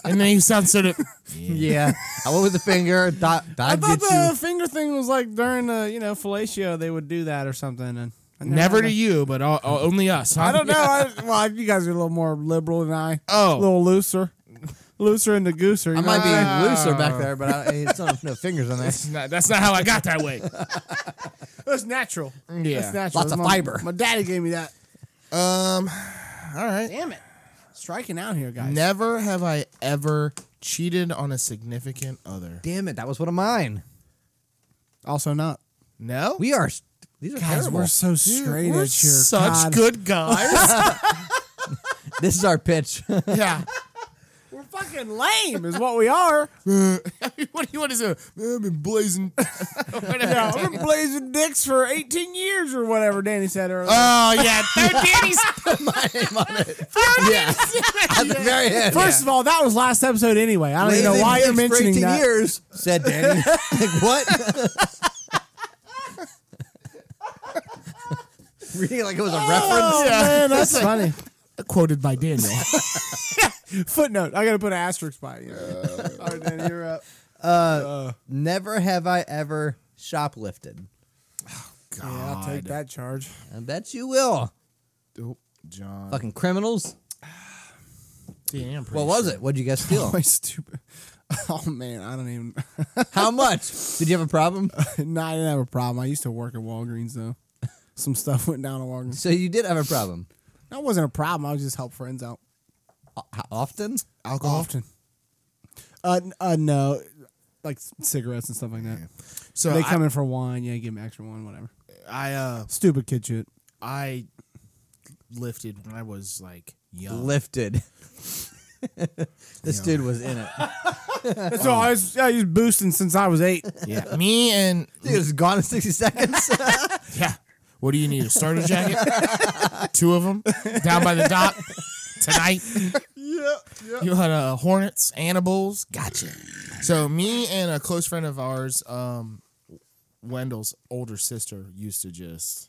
Speaker 1: And then you sound sort of. Yeah.
Speaker 2: Yeah. I went with the finger. Dot.
Speaker 3: I
Speaker 2: Dot.
Speaker 3: thought
Speaker 2: Get
Speaker 3: the
Speaker 2: you.
Speaker 3: finger thing was like during the you know fellatio they would do that or something and
Speaker 1: Never to you, but all, all- only us. Huh?
Speaker 3: I don't know. I, well, you guys are a little more liberal than I.
Speaker 1: Oh.
Speaker 3: a little looser, looser in the gooser.
Speaker 2: I
Speaker 3: you
Speaker 2: might
Speaker 3: know?
Speaker 2: be looser back there, but I, it's not no fingers on
Speaker 1: That's
Speaker 2: this.
Speaker 1: not, that's not how I got that way.
Speaker 3: That's natural.
Speaker 1: Yeah.
Speaker 3: That's natural.
Speaker 2: Lots of
Speaker 3: My-
Speaker 2: fiber.
Speaker 3: My daddy gave me that.
Speaker 1: Um, all right.
Speaker 3: Damn it, striking out here, guys.
Speaker 1: Never have I ever cheated on a significant other.
Speaker 2: Damn it, that was one of mine.
Speaker 3: also not.
Speaker 1: No,
Speaker 2: We are s- these are
Speaker 3: Guys,
Speaker 2: terrible.
Speaker 3: we're so
Speaker 1: Dude,
Speaker 3: straight
Speaker 1: we're
Speaker 3: at your
Speaker 1: such
Speaker 3: God.
Speaker 1: good guys.
Speaker 2: this is our pitch.
Speaker 1: yeah.
Speaker 3: We're fucking lame, is what we are.
Speaker 1: what do you want to say? I've been blazing.
Speaker 3: yeah, I've been blazing dicks for 18 years or whatever Danny said earlier.
Speaker 1: Oh yeah, no, Danny's.
Speaker 2: yeah, at the very end.
Speaker 3: First of all, that was last episode anyway. I don't even know why you're mentioning that.
Speaker 2: years, said Danny. like, what? Reading it like it was a
Speaker 3: Oh,
Speaker 2: reference.
Speaker 3: man, that's funny.
Speaker 1: Quoted by Daniel.
Speaker 3: Footnote. I got to put an asterisk by it. you know. all right, Danny, you're up.
Speaker 2: Never have I ever shoplifted.
Speaker 3: Yeah, I'll take that charge.
Speaker 2: I bet you will.
Speaker 1: Oh, John.
Speaker 2: Fucking criminals.
Speaker 1: Damn,
Speaker 2: What was it? What'd you
Speaker 1: Oh
Speaker 2: guys steal?
Speaker 3: Boy, stupid. Oh, man, I don't even.
Speaker 2: How much? Did you have a problem?
Speaker 3: no, I didn't have a problem. I used to work at Walgreens, though. Some stuff went down at Walgreens.
Speaker 2: So you did have a problem.
Speaker 3: That wasn't a problem. I was just help friends out.
Speaker 2: How often?
Speaker 1: Alcohol.
Speaker 3: Often. Uh, n- uh no, like c- cigarettes and stuff like that.
Speaker 1: So
Speaker 3: they
Speaker 1: I-
Speaker 3: come in for wine. Yeah, give them extra wine, whatever.
Speaker 1: I uh
Speaker 3: Stupid kid shit.
Speaker 1: I lifted when I was like young.
Speaker 2: Lifted. this dude was in it.
Speaker 3: That's all. I was, I was boosting since I was eight.
Speaker 1: Yeah. Me and
Speaker 2: Dude was gone in 60 seconds.
Speaker 1: yeah. What do you need? A starter jacket? Two of them down by the dock tonight.
Speaker 3: yeah, yeah.
Speaker 1: You had uh, hornets, animals. Gotcha. So me and a close friend of ours, um, Wendell's older sister, used to just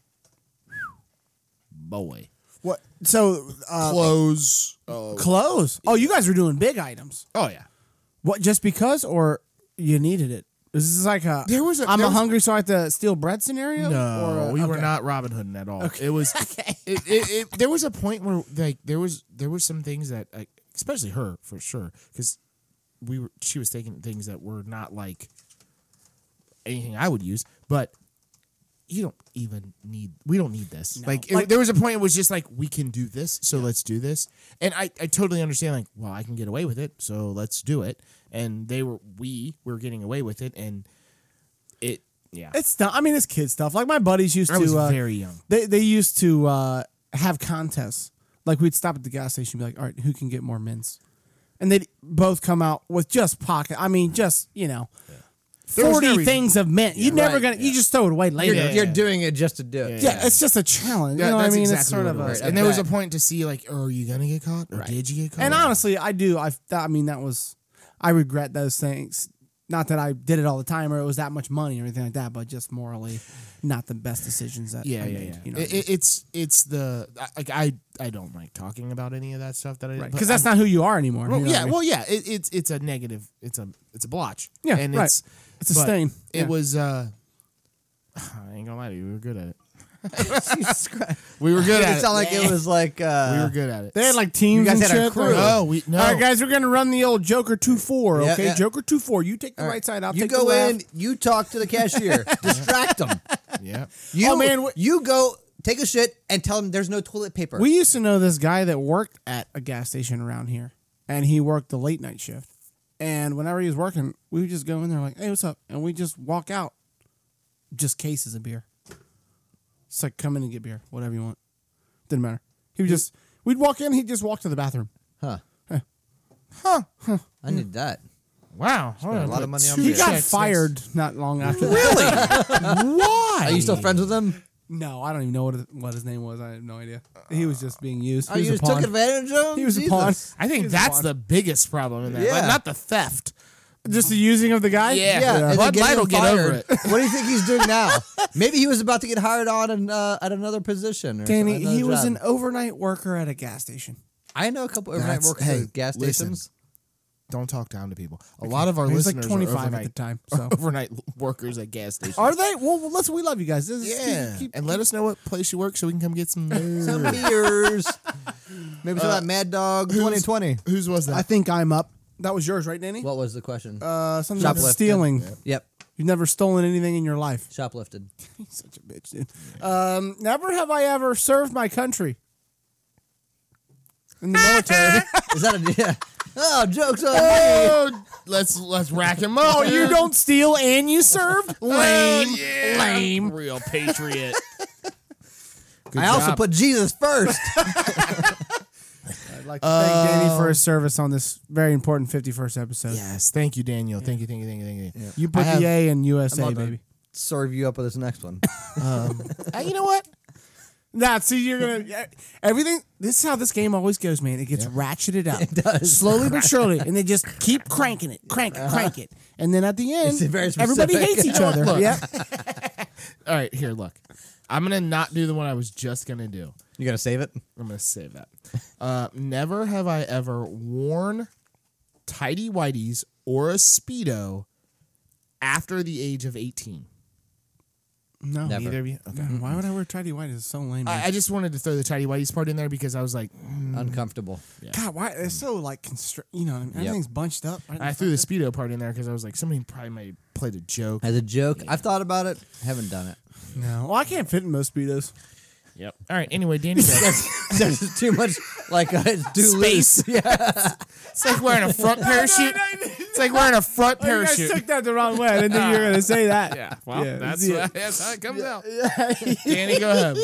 Speaker 1: boy
Speaker 3: What? So uh,
Speaker 1: clothes. Uh,
Speaker 3: clothes. Oh, you guys were doing big items.
Speaker 1: oh yeah.
Speaker 3: What? Just because, or you needed it? Is this like a?
Speaker 1: There was a-
Speaker 3: I'm
Speaker 1: there
Speaker 3: a
Speaker 1: was-
Speaker 3: hungry, so I have to steal bread scenario.
Speaker 1: No,
Speaker 3: Or-
Speaker 1: we were
Speaker 3: okay.
Speaker 1: not Robin Hooding at all. It was it, it, it, there was a point where like there was there were some things that like, especially her for sure because we were she was taking things that were not like anything I would use, but you don't even need we don't need this. Like, it-
Speaker 3: Like-
Speaker 1: there was a point it was just like we can do this, so let's do this. And I I totally understand like well I can get away with it, so let's do it. And they were we were getting away with it, and it yeah.
Speaker 3: It's not. I mean, it's kid stuff. Like my buddies used
Speaker 1: I
Speaker 3: to.
Speaker 1: was
Speaker 3: uh,
Speaker 1: very young.
Speaker 3: They they used to uh, have contests. Like we'd stop at the gas station, and be like, "All right, who can get more mints?" And they'd both come out with just pocket. I mean, just you know,
Speaker 1: There was
Speaker 3: forty
Speaker 1: no reason.
Speaker 3: things of mint. You're never
Speaker 2: Right,
Speaker 3: gonna. You just throw it away later.
Speaker 2: You're,
Speaker 3: Yeah,
Speaker 1: yeah,
Speaker 2: you're
Speaker 1: yeah.
Speaker 2: doing it just to do it.
Speaker 1: Yeah.
Speaker 3: it's just a challenge.
Speaker 1: Yeah,
Speaker 3: you know what I
Speaker 1: that's
Speaker 3: mean? it's
Speaker 1: exactly
Speaker 3: sort
Speaker 1: what it
Speaker 3: of a.
Speaker 1: was.
Speaker 2: Right,
Speaker 1: and there was a
Speaker 2: okay.
Speaker 1: point to see like, oh, are you gonna get caught or did you get caught?
Speaker 3: And honestly, I do. I I mean, that was. I regret those things. Not that I did it all the time, or it was that much money or anything like that, but just morally, not the best decisions that.
Speaker 1: yeah,
Speaker 3: I
Speaker 1: yeah,
Speaker 3: made,
Speaker 1: yeah.
Speaker 3: You know,
Speaker 1: It- it- it's it's the I- like I I don't like talking about any of that stuff that I
Speaker 3: because
Speaker 1: but
Speaker 3: that's
Speaker 1: I'm-
Speaker 3: not who you are anymore.
Speaker 1: well,
Speaker 3: you know what
Speaker 1: yeah,
Speaker 3: I mean?
Speaker 1: well, yeah. It, it's it's a negative. It's a it's a blotch.
Speaker 3: Yeah,
Speaker 1: and
Speaker 3: right.
Speaker 1: it's
Speaker 3: It's a
Speaker 1: but
Speaker 3: stain.
Speaker 1: It
Speaker 3: Yeah.
Speaker 1: was. uh I ain't gonna lie to you. We were good at it.
Speaker 2: Jesus Christ.
Speaker 1: We were good at
Speaker 2: It
Speaker 1: it.
Speaker 2: sounded like it was like uh,
Speaker 1: we were good at it.
Speaker 3: They had like teams.
Speaker 2: You guys
Speaker 3: and
Speaker 2: had a
Speaker 3: shit.
Speaker 2: crew.
Speaker 1: No, Oh, we- no.
Speaker 3: All right, guys, we're gonna run the old Joker two four.
Speaker 2: Yeah,
Speaker 3: Okay,
Speaker 2: yeah.
Speaker 3: Joker two four. You take the right side. I'll
Speaker 2: You
Speaker 3: take
Speaker 2: go
Speaker 3: the
Speaker 2: in, you talk to the cashier, distract them.
Speaker 1: yeah.
Speaker 2: You,
Speaker 3: Oh, man, wh-
Speaker 2: you go take a shit and tell them there's no toilet paper.
Speaker 3: We used to know this guy that worked at a gas station around here, and he worked the late night shift. And whenever he was working, we would just go in there like, "Hey, what's up?" And we just walk out, just cases of beer. It's like come in and get beer, whatever you want. Didn't matter. He would just we'd walk in. He'd just walk to the bathroom.
Speaker 2: huh. I need that.
Speaker 1: Wow. Hold
Speaker 2: a
Speaker 1: on,
Speaker 2: lot of
Speaker 1: put
Speaker 2: money on
Speaker 1: two
Speaker 3: He
Speaker 2: beer.
Speaker 3: got
Speaker 1: checks.
Speaker 3: fired not long after that.
Speaker 1: Really? Why?
Speaker 2: Are you still friends with them?
Speaker 3: No, I don't even know what his, what his name was. I have no idea. He was just being used. He
Speaker 2: Oh,
Speaker 3: was
Speaker 2: you
Speaker 3: a
Speaker 2: just
Speaker 3: pawn.
Speaker 2: took advantage of them?
Speaker 3: He was a
Speaker 2: Jesus.
Speaker 3: pawn.
Speaker 1: I think
Speaker 3: He's a
Speaker 1: that's
Speaker 3: pawn.
Speaker 1: the biggest problem in that.
Speaker 2: Yeah.
Speaker 1: Like, not the theft.
Speaker 3: Just the using of the guy.
Speaker 1: Yeah.
Speaker 2: Yeah, and
Speaker 1: Bud
Speaker 2: they get
Speaker 1: Light
Speaker 2: him
Speaker 1: will get over
Speaker 2: fired. What do you think he's doing now? Maybe he was about to get hired on an, uh, at another position. Or
Speaker 3: Danny,
Speaker 2: another
Speaker 3: he was
Speaker 2: job.
Speaker 3: an overnight worker at a gas station.
Speaker 2: I know a couple overnight
Speaker 1: That's-
Speaker 2: workers
Speaker 1: hey,
Speaker 2: at gas
Speaker 1: listen.
Speaker 2: stations.
Speaker 1: Don't talk down to people. A lot of our
Speaker 3: It was like
Speaker 1: listeners
Speaker 3: 25
Speaker 1: are
Speaker 3: at
Speaker 1: overnight,
Speaker 3: the time, so.
Speaker 1: overnight workers at gas stations.
Speaker 3: Are they? Well, well, listen, we love you guys. This is-
Speaker 1: yeah,
Speaker 3: keep- keep-
Speaker 1: and let us know what place you work so we can come get some.
Speaker 2: Some
Speaker 1: beer.
Speaker 2: beers. Maybe some of that Mad Dog 2020.
Speaker 1: Whose was that?
Speaker 3: I think I'm up. That was yours, right, Nanny?
Speaker 2: What was the question?
Speaker 3: uh, something about
Speaker 2: Shoplifting.
Speaker 3: stealing.
Speaker 2: yep.
Speaker 3: You've never stolen anything in your life.
Speaker 2: Shoplifted.
Speaker 3: He's such a bitch, dude. Um, never have I ever served my country in the military.
Speaker 2: Is that a yeah? Oh, jokes on me.
Speaker 1: oh, let's let's rack him up.
Speaker 3: oh, you don't steal and you served?
Speaker 1: Hell
Speaker 3: Lame.
Speaker 1: yeah.
Speaker 3: Lame.
Speaker 1: Real patriot. Good
Speaker 2: I also
Speaker 1: job.
Speaker 2: put Jesus first.
Speaker 3: I'd like to thank Danny
Speaker 1: Oh.
Speaker 3: for his service on this very important 51st episode.
Speaker 1: Yes, thank you, Daniel. Thank you, thank you, thank you, thank you.
Speaker 3: You put
Speaker 1: I have-
Speaker 3: the A in
Speaker 2: I'm
Speaker 3: USA,
Speaker 2: not gonna
Speaker 3: baby.
Speaker 2: Serve you up with this next one.
Speaker 1: Uh, you know what?
Speaker 3: Nah, see, you're going to. Everything. This is how this game always goes, man. It gets ratcheted up. It
Speaker 2: does. Uh-huh.
Speaker 3: Slowly but surely. And they just keep cranking it, crank it, crank it. And then at the end,
Speaker 2: It's very
Speaker 3: everybody
Speaker 2: specific.
Speaker 3: hates each other.
Speaker 1: Look.
Speaker 3: Yeah.
Speaker 1: All right, here, look. I'm gonna not do the one I was just gonna do.
Speaker 2: You gonna save it?
Speaker 1: I'm gonna save that. Uh, never have I ever worn tidy whities or a speedo after the age of 18.
Speaker 3: No,
Speaker 2: Never.
Speaker 3: neither of you. Okay. Why would I wear tidy white? It's so lame. man.
Speaker 1: I, I just wanted to throw the tidy whities part in there because I was like, mm.
Speaker 2: Uncomfortable.
Speaker 3: God, why it's so like constri- You know, what I mean? everything's bunched up. Right in
Speaker 1: I
Speaker 3: the
Speaker 1: threw the
Speaker 3: front.
Speaker 1: speedo part in there because I was like, somebody probably might have played a joke.
Speaker 2: As a joke, I've thought about it. Haven't done it.
Speaker 3: No, well, I can't fit in most speedos.
Speaker 1: Yep. All right. Anyway, Danny,
Speaker 2: There's just too much. Like uh, it's too
Speaker 1: Space.
Speaker 2: loose. Yeah.
Speaker 1: it's like wearing a front parachute. It's like wearing a front
Speaker 3: Oh, You
Speaker 1: parachute.
Speaker 3: guys took that the wrong way. I didn't think you were gonna say that.
Speaker 1: Yeah, well,
Speaker 3: Yeah,
Speaker 1: that's,
Speaker 3: yeah.
Speaker 1: what- that's how it comes out. Danny, go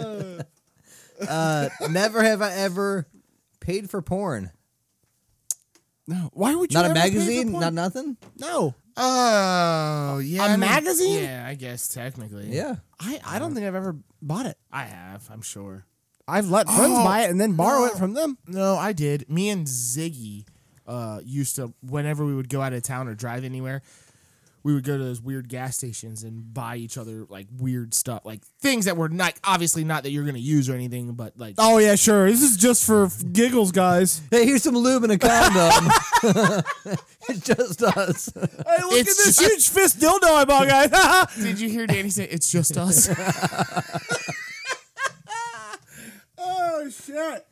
Speaker 1: ahead.
Speaker 2: Uh, never have I ever paid for porn.
Speaker 3: No, why would you?
Speaker 2: Not a
Speaker 3: ever pay for
Speaker 2: magazine.
Speaker 3: porn?
Speaker 2: Not nothing.
Speaker 3: no.
Speaker 1: Oh, yeah. I mean-
Speaker 3: magazine?
Speaker 1: Yeah, I guess technically.
Speaker 2: Yeah.
Speaker 3: I I don't think I've ever bought it.
Speaker 1: I have, I'm sure.
Speaker 3: I've let friends
Speaker 1: Oh,
Speaker 3: buy it and then borrow
Speaker 1: no.
Speaker 3: it from them.
Speaker 1: No, I did. Me and Ziggy uh, used to, whenever we would go out of town or drive anywhere, we would go to those weird gas stations and buy each other like weird stuff, like things that were not obviously not that you're gonna use or anything, but like
Speaker 3: Oh yeah, sure. This is just for f- giggles, guys.
Speaker 2: Hey, here's some lube and a condom. it's just us.
Speaker 3: Hey, look
Speaker 1: It's
Speaker 3: at this
Speaker 1: just-
Speaker 3: huge fist dildo I bought, guys.
Speaker 1: Did you hear Danny say it's just us?
Speaker 3: Oh shit.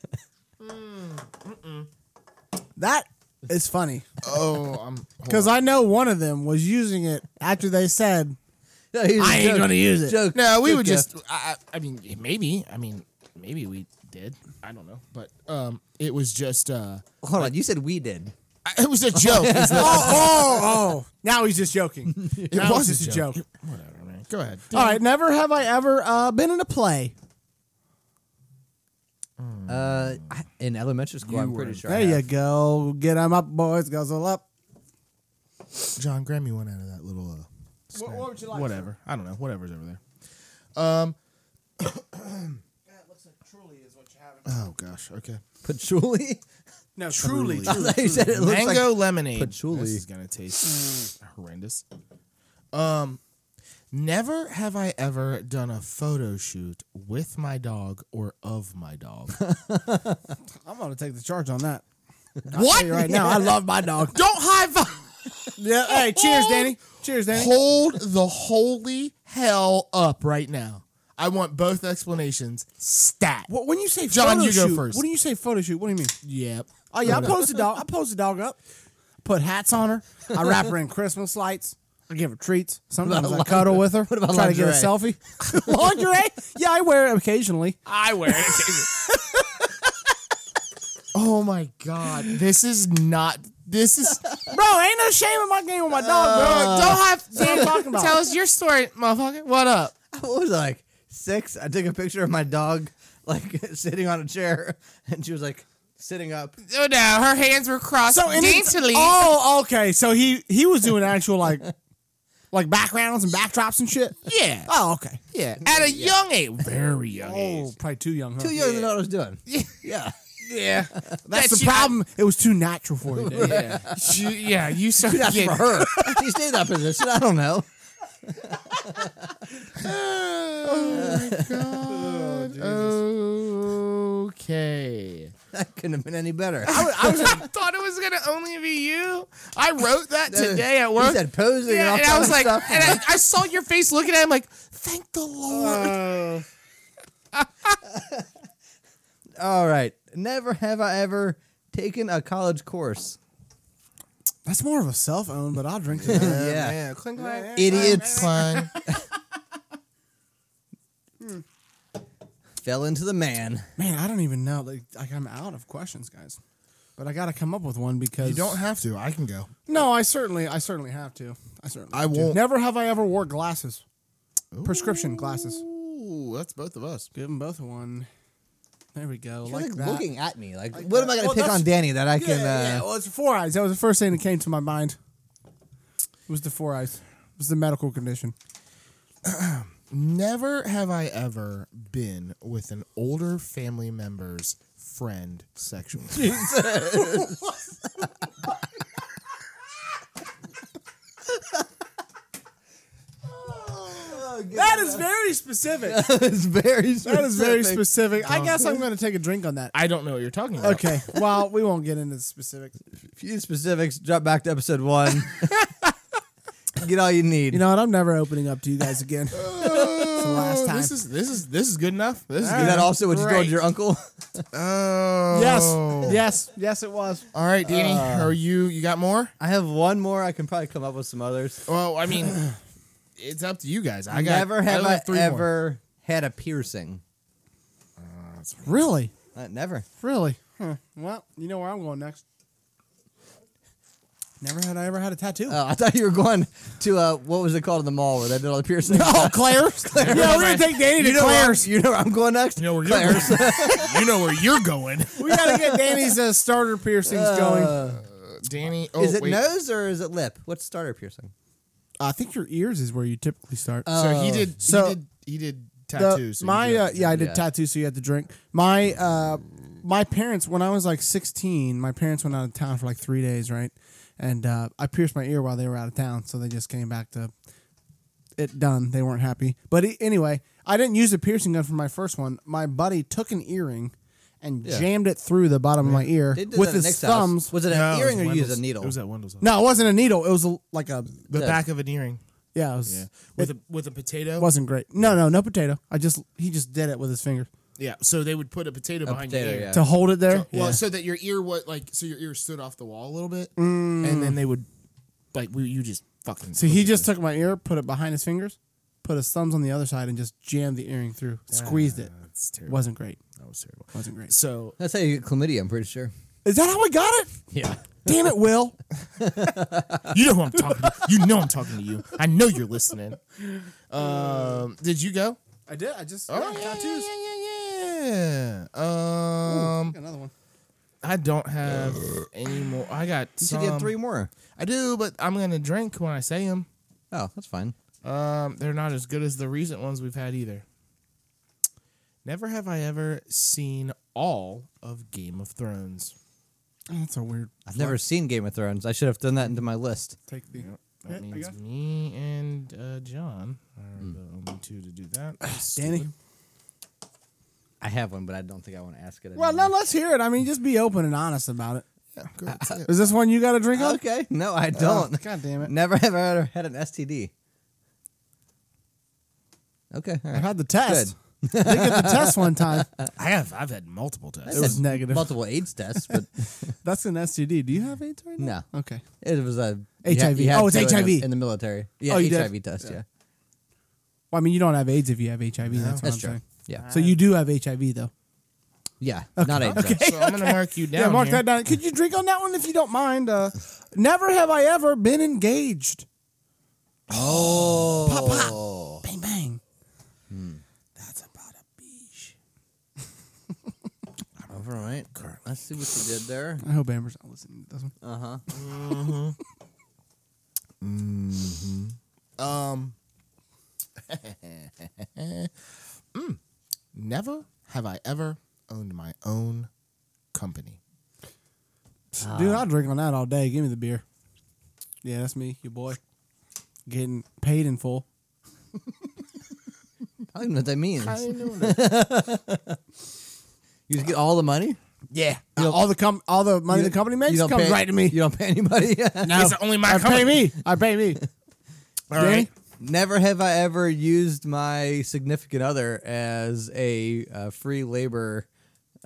Speaker 3: That is funny
Speaker 1: oh, I'm
Speaker 3: because I know one of them was using it after they said
Speaker 2: Yeah, here's a
Speaker 1: I ain't
Speaker 2: joke.
Speaker 1: gonna use it.
Speaker 2: Joke.
Speaker 1: No, we
Speaker 2: Good
Speaker 1: would
Speaker 2: gift.
Speaker 1: just. I, I I mean, maybe. I mean, maybe we did. I don't know, but um, it was just. Uh,
Speaker 2: Hold on. You said we did.
Speaker 1: I- it was a joke. is what-
Speaker 3: "Oh, oh, oh!" Now he's just joking.
Speaker 1: it
Speaker 3: Now
Speaker 1: was
Speaker 3: it's
Speaker 1: a
Speaker 3: just
Speaker 1: joke. Whatever, man. Go ahead.
Speaker 3: All right, never have I ever uh, been in a play.
Speaker 2: Uh, I- in elementary school, I'm pretty sure. I
Speaker 3: There
Speaker 2: have.
Speaker 3: you go. Get 'em up, boys. Guzzle up.
Speaker 1: John, grab me one out of that little. Uh,
Speaker 3: What- what would you like,
Speaker 1: Whatever. I don't know. Whatever's over there.
Speaker 3: That looks like truly is what you have.
Speaker 1: Oh gosh. Okay.
Speaker 2: Patchouli?
Speaker 3: No, truly,
Speaker 1: Truly.
Speaker 3: truly.
Speaker 2: you said it looks like-
Speaker 1: Mango lemonade.
Speaker 2: patchouli.
Speaker 1: This is gonna
Speaker 3: Mm.
Speaker 1: taste horrendous. Um, never have I ever done a photo shoot with my dog or of my dog.
Speaker 3: I'm gonna take the charge on that.
Speaker 1: what?
Speaker 3: Right now, I love my dog.
Speaker 1: Don't high five.
Speaker 3: Yeah. Hey, cheers, Danny. Cheers, Danny.
Speaker 1: Hold the holy hell up right now. I want both explanations. Stat.
Speaker 3: Wh- When you say
Speaker 1: John,
Speaker 3: photo
Speaker 1: you go
Speaker 3: shoot,
Speaker 1: first.
Speaker 3: When you say photo shoot, what do you mean?
Speaker 1: Yep.
Speaker 3: Oh yeah, I posed the dog. I posed the dog up. Put hats on her. I wrap her in Christmas lights. I give her treats. Sometimes I cuddle with her. What
Speaker 2: about
Speaker 3: try to get a
Speaker 2: lingerie?
Speaker 3: selfie? lingerie? Yeah, I wear it occasionally.
Speaker 1: I wear it. oh my god. This is not. This is.
Speaker 3: Bro, ain't no shame in my game with my dog, bro.
Speaker 1: Bro, don't have.
Speaker 3: what I'm talking about.
Speaker 1: Tell us your story, motherfucker. What up?
Speaker 2: I was like six. I took a picture of my dog like sitting on a chair, and she was like sitting up.
Speaker 1: Oh no, her hands were crossed
Speaker 3: So and it's-
Speaker 1: daintily.
Speaker 3: Oh, okay. So he he was doing actual like like backgrounds and backdrops and shit.
Speaker 1: yeah.
Speaker 3: Oh, okay.
Speaker 1: yeah. At a young age. Very young
Speaker 3: Oh, probably too young. Huh?
Speaker 2: Too young to know what I was doing.
Speaker 1: age.
Speaker 2: Yeah,
Speaker 1: Yeah.
Speaker 3: That's the problem. It was too natural for you. Dave.
Speaker 1: Yeah. You, yeah, you started
Speaker 2: that's
Speaker 1: getting
Speaker 2: for her. she stayed in that position. I don't know.
Speaker 1: Oh, my God. okay.
Speaker 2: that couldn't have been any better.
Speaker 1: I, was- Oh, I was, I thought it was gonna only be you. I wrote that today at work.
Speaker 2: He said posing and
Speaker 1: yeah,
Speaker 2: all
Speaker 1: and I
Speaker 2: kinds
Speaker 1: was
Speaker 2: of
Speaker 1: like,
Speaker 2: stuff.
Speaker 1: and I, I saw your face looking at him like, thank the Lord.
Speaker 2: all right. Never have I ever taken a college course.
Speaker 3: That's more of a cell phone, but I'll drink to that.
Speaker 2: yeah.
Speaker 1: Man, clink, clank,
Speaker 2: Uh, Idiots.
Speaker 1: clang.
Speaker 3: Hmm.
Speaker 2: Fell into the man.
Speaker 3: Man, I don't even know. Like, like I'm out of questions, guys. But I got to come up with one because
Speaker 1: You don't have to. I can go.
Speaker 3: No, I certainly, I certainly have to. I certainly.
Speaker 1: I
Speaker 3: have to.
Speaker 1: won't.
Speaker 3: Never have I ever wore glasses. Prescription glasses.
Speaker 1: Ooh, that's both of us.
Speaker 3: Give them both one. There we go.
Speaker 2: You're,
Speaker 3: Like, that.
Speaker 2: looking at me. Like, what am I going
Speaker 3: Well,
Speaker 2: to pick
Speaker 3: that's-
Speaker 2: on Danny that I
Speaker 3: Yeah,
Speaker 2: can? Uh,
Speaker 3: yeah. Well, it's four eyes. That was the first thing that came to my mind. It was the four eyes. It was the medical condition.
Speaker 1: Never have I ever been with an older family member's friend sexually.
Speaker 3: That is very specific.
Speaker 2: it's very specific.
Speaker 3: That is very specific. I guess I'm going to take a drink on that.
Speaker 1: I don't know what you're talking about.
Speaker 3: Okay. Well, we won't get into the specifics.
Speaker 2: Few specifics. Drop back to episode one. Get all you need.
Speaker 3: You know what? I'm never opening up to you guys again. it's the last time.
Speaker 1: Oh, This is this is this is good enough. This is
Speaker 2: is
Speaker 1: good
Speaker 2: that
Speaker 1: enough.
Speaker 2: also what you told
Speaker 1: Great.
Speaker 2: your uncle?
Speaker 1: Oh.
Speaker 3: yes. Yes. Yes, it was.
Speaker 1: All right, Danny. are you? You got more?
Speaker 2: I have one more. I can probably come up with some others.
Speaker 1: Well, I mean, it's up to you guys. I got.
Speaker 2: never have
Speaker 1: only
Speaker 2: I,
Speaker 1: have three more.
Speaker 2: ever had a piercing.
Speaker 3: Really?
Speaker 2: Uh, never.
Speaker 3: Really? Huh. Well, you know where I'm going next. Never had I ever had a tattoo.
Speaker 2: Oh, I thought you were going to uh, what was it called in the mall where they did all the piercings.
Speaker 3: oh, Claire's. Yeah, we're gonna take Danny to
Speaker 2: you know where I'm-
Speaker 3: Claire's.
Speaker 2: You know where I'm going next.
Speaker 1: You know where you're going. you know where you're going,
Speaker 3: We gotta get Danny's uh, starter piercings going.
Speaker 1: Danny. Oh,
Speaker 2: Is it
Speaker 1: wait.
Speaker 2: nose or is it lip? What's starter piercing?
Speaker 3: I think your ears is where you typically start.
Speaker 1: So he did.
Speaker 3: So-
Speaker 1: he did. He did
Speaker 3: The-
Speaker 1: tattoos. so
Speaker 3: my
Speaker 1: you
Speaker 3: uh,
Speaker 1: did-
Speaker 3: yeah, I did
Speaker 2: yeah.
Speaker 3: tattoos, so you had to drink. My uh, my parents when I was like 16, my parents went out of town for like three days, right? And uh, I pierced my ear while they were out of town, so they just came back to it done. They weren't happy, but e- anyway, I didn't use a piercing gun for my first one. My buddy took an earring and
Speaker 2: Yeah.
Speaker 3: jammed it through the bottom of my ear
Speaker 2: They did
Speaker 3: with
Speaker 2: that at
Speaker 3: his
Speaker 2: Nick's house.
Speaker 3: thumbs.
Speaker 2: Was it an
Speaker 1: No, it was
Speaker 2: earring or you
Speaker 1: Wendell's.
Speaker 2: used a needle?
Speaker 1: It was at Wendell's.
Speaker 3: No, it wasn't a needle. It was a, like a
Speaker 1: the
Speaker 2: Yeah.
Speaker 1: back of an earring.
Speaker 3: yeah. It was,
Speaker 1: Yeah,
Speaker 3: It
Speaker 1: with a with a potato.
Speaker 3: wasn't great. No, no, no potato. I just he just did it with his fingers
Speaker 1: Yeah, so they would put a potato behind
Speaker 2: potato,
Speaker 1: your ear.
Speaker 2: yeah.
Speaker 3: to hold it there.
Speaker 1: Well,
Speaker 3: Yeah.
Speaker 1: so that your ear was like so your ear stood off the wall a little bit, and then they would like we, you just fucking.
Speaker 3: So he just took my ear, put it behind his fingers, put his thumbs on the other side, and just jammed the earring through, squeezed it.
Speaker 1: That's terrible.
Speaker 3: Wasn't great.
Speaker 1: That was terrible.
Speaker 3: Wasn't great.
Speaker 1: So
Speaker 2: That's how you get chlamydia. I'm pretty sure.
Speaker 3: Is that how I got it?
Speaker 1: yeah,
Speaker 3: Damn it, Will.
Speaker 1: you know who I'm talking to. You know I'm talking to you. I know you're listening. Um, did you go?
Speaker 3: I did. I just
Speaker 1: Oh yeah, yeah, yeah, yeah, yeah. Um,
Speaker 3: Another one.
Speaker 1: I don't have any more. I got.
Speaker 2: You
Speaker 1: some.
Speaker 2: should get three more.
Speaker 1: I do, but I'm gonna drink when I say them.
Speaker 2: Oh, that's fine.
Speaker 1: Um, they're not as good as the recent ones we've had either. Never have I ever seen all of Game of Thrones.
Speaker 3: Oh, That's a weird.
Speaker 2: I've never seen Game of Thrones. I should have done that into my list.
Speaker 3: Take the.
Speaker 1: That means me and uh, John are the only two to do that.
Speaker 3: Danny.
Speaker 2: I have one, but I don't think I want to ask it.
Speaker 3: Well, no,
Speaker 2: anymore.
Speaker 3: let's hear it. I mean, just be open and honest about it.
Speaker 1: Yeah, go ahead, say it.
Speaker 3: Is this one you got a drink on?
Speaker 2: Okay. No, I don't.
Speaker 3: Oh. God damn it.
Speaker 2: Never have I ever had an STD. Okay. All
Speaker 3: I
Speaker 2: right.
Speaker 3: had the test. I did get the test one time.
Speaker 1: I have I've had multiple tests.
Speaker 3: It was negative.
Speaker 2: Multiple AIDS tests, but
Speaker 3: That's an STD. Do you have AIDS right now?
Speaker 2: no.
Speaker 3: Okay.
Speaker 2: It was a
Speaker 3: HIV.
Speaker 2: had
Speaker 3: Oh, it's
Speaker 2: to in the-
Speaker 3: HIV.
Speaker 2: in the, military. Yeah,
Speaker 3: Oh, you did?
Speaker 2: HIV test. Yeah,
Speaker 3: Well, I mean, you don't have AIDS if you have HIV. That's what
Speaker 2: that's
Speaker 3: I'm
Speaker 2: true.
Speaker 3: saying.
Speaker 2: Yeah,
Speaker 3: So you do have HIV though.
Speaker 2: yeah, not AIDS. though.
Speaker 1: So I'm gonna mark you down.
Speaker 3: yeah, mark
Speaker 1: here.
Speaker 3: that down. Could you drink on that one if you don't mind? Uh, never have I ever been engaged.
Speaker 2: Oh,
Speaker 3: Bang bang. That's about a beach.
Speaker 2: all right. Let's see what you did there.
Speaker 3: I hope Amber's not listening to this one.
Speaker 2: Uh huh.
Speaker 1: Um, Mm. Never have I ever owned my own company.
Speaker 3: Dude, I'll drink on that all day. Give me the beer. Yeah, that's me, your boy. Getting paid in full.
Speaker 2: I don't even know what that means.
Speaker 1: know that.
Speaker 2: You just get all the money.
Speaker 3: Yeah, all the com- all the money the company makes
Speaker 2: Oh. don't
Speaker 3: comes
Speaker 2: pay-
Speaker 3: right to me.
Speaker 2: You don't pay anybody.
Speaker 1: No, it's only my
Speaker 3: I
Speaker 1: company.
Speaker 3: pay me. I pay me.
Speaker 1: All right.
Speaker 2: Never have I ever used my significant other as a uh, free labor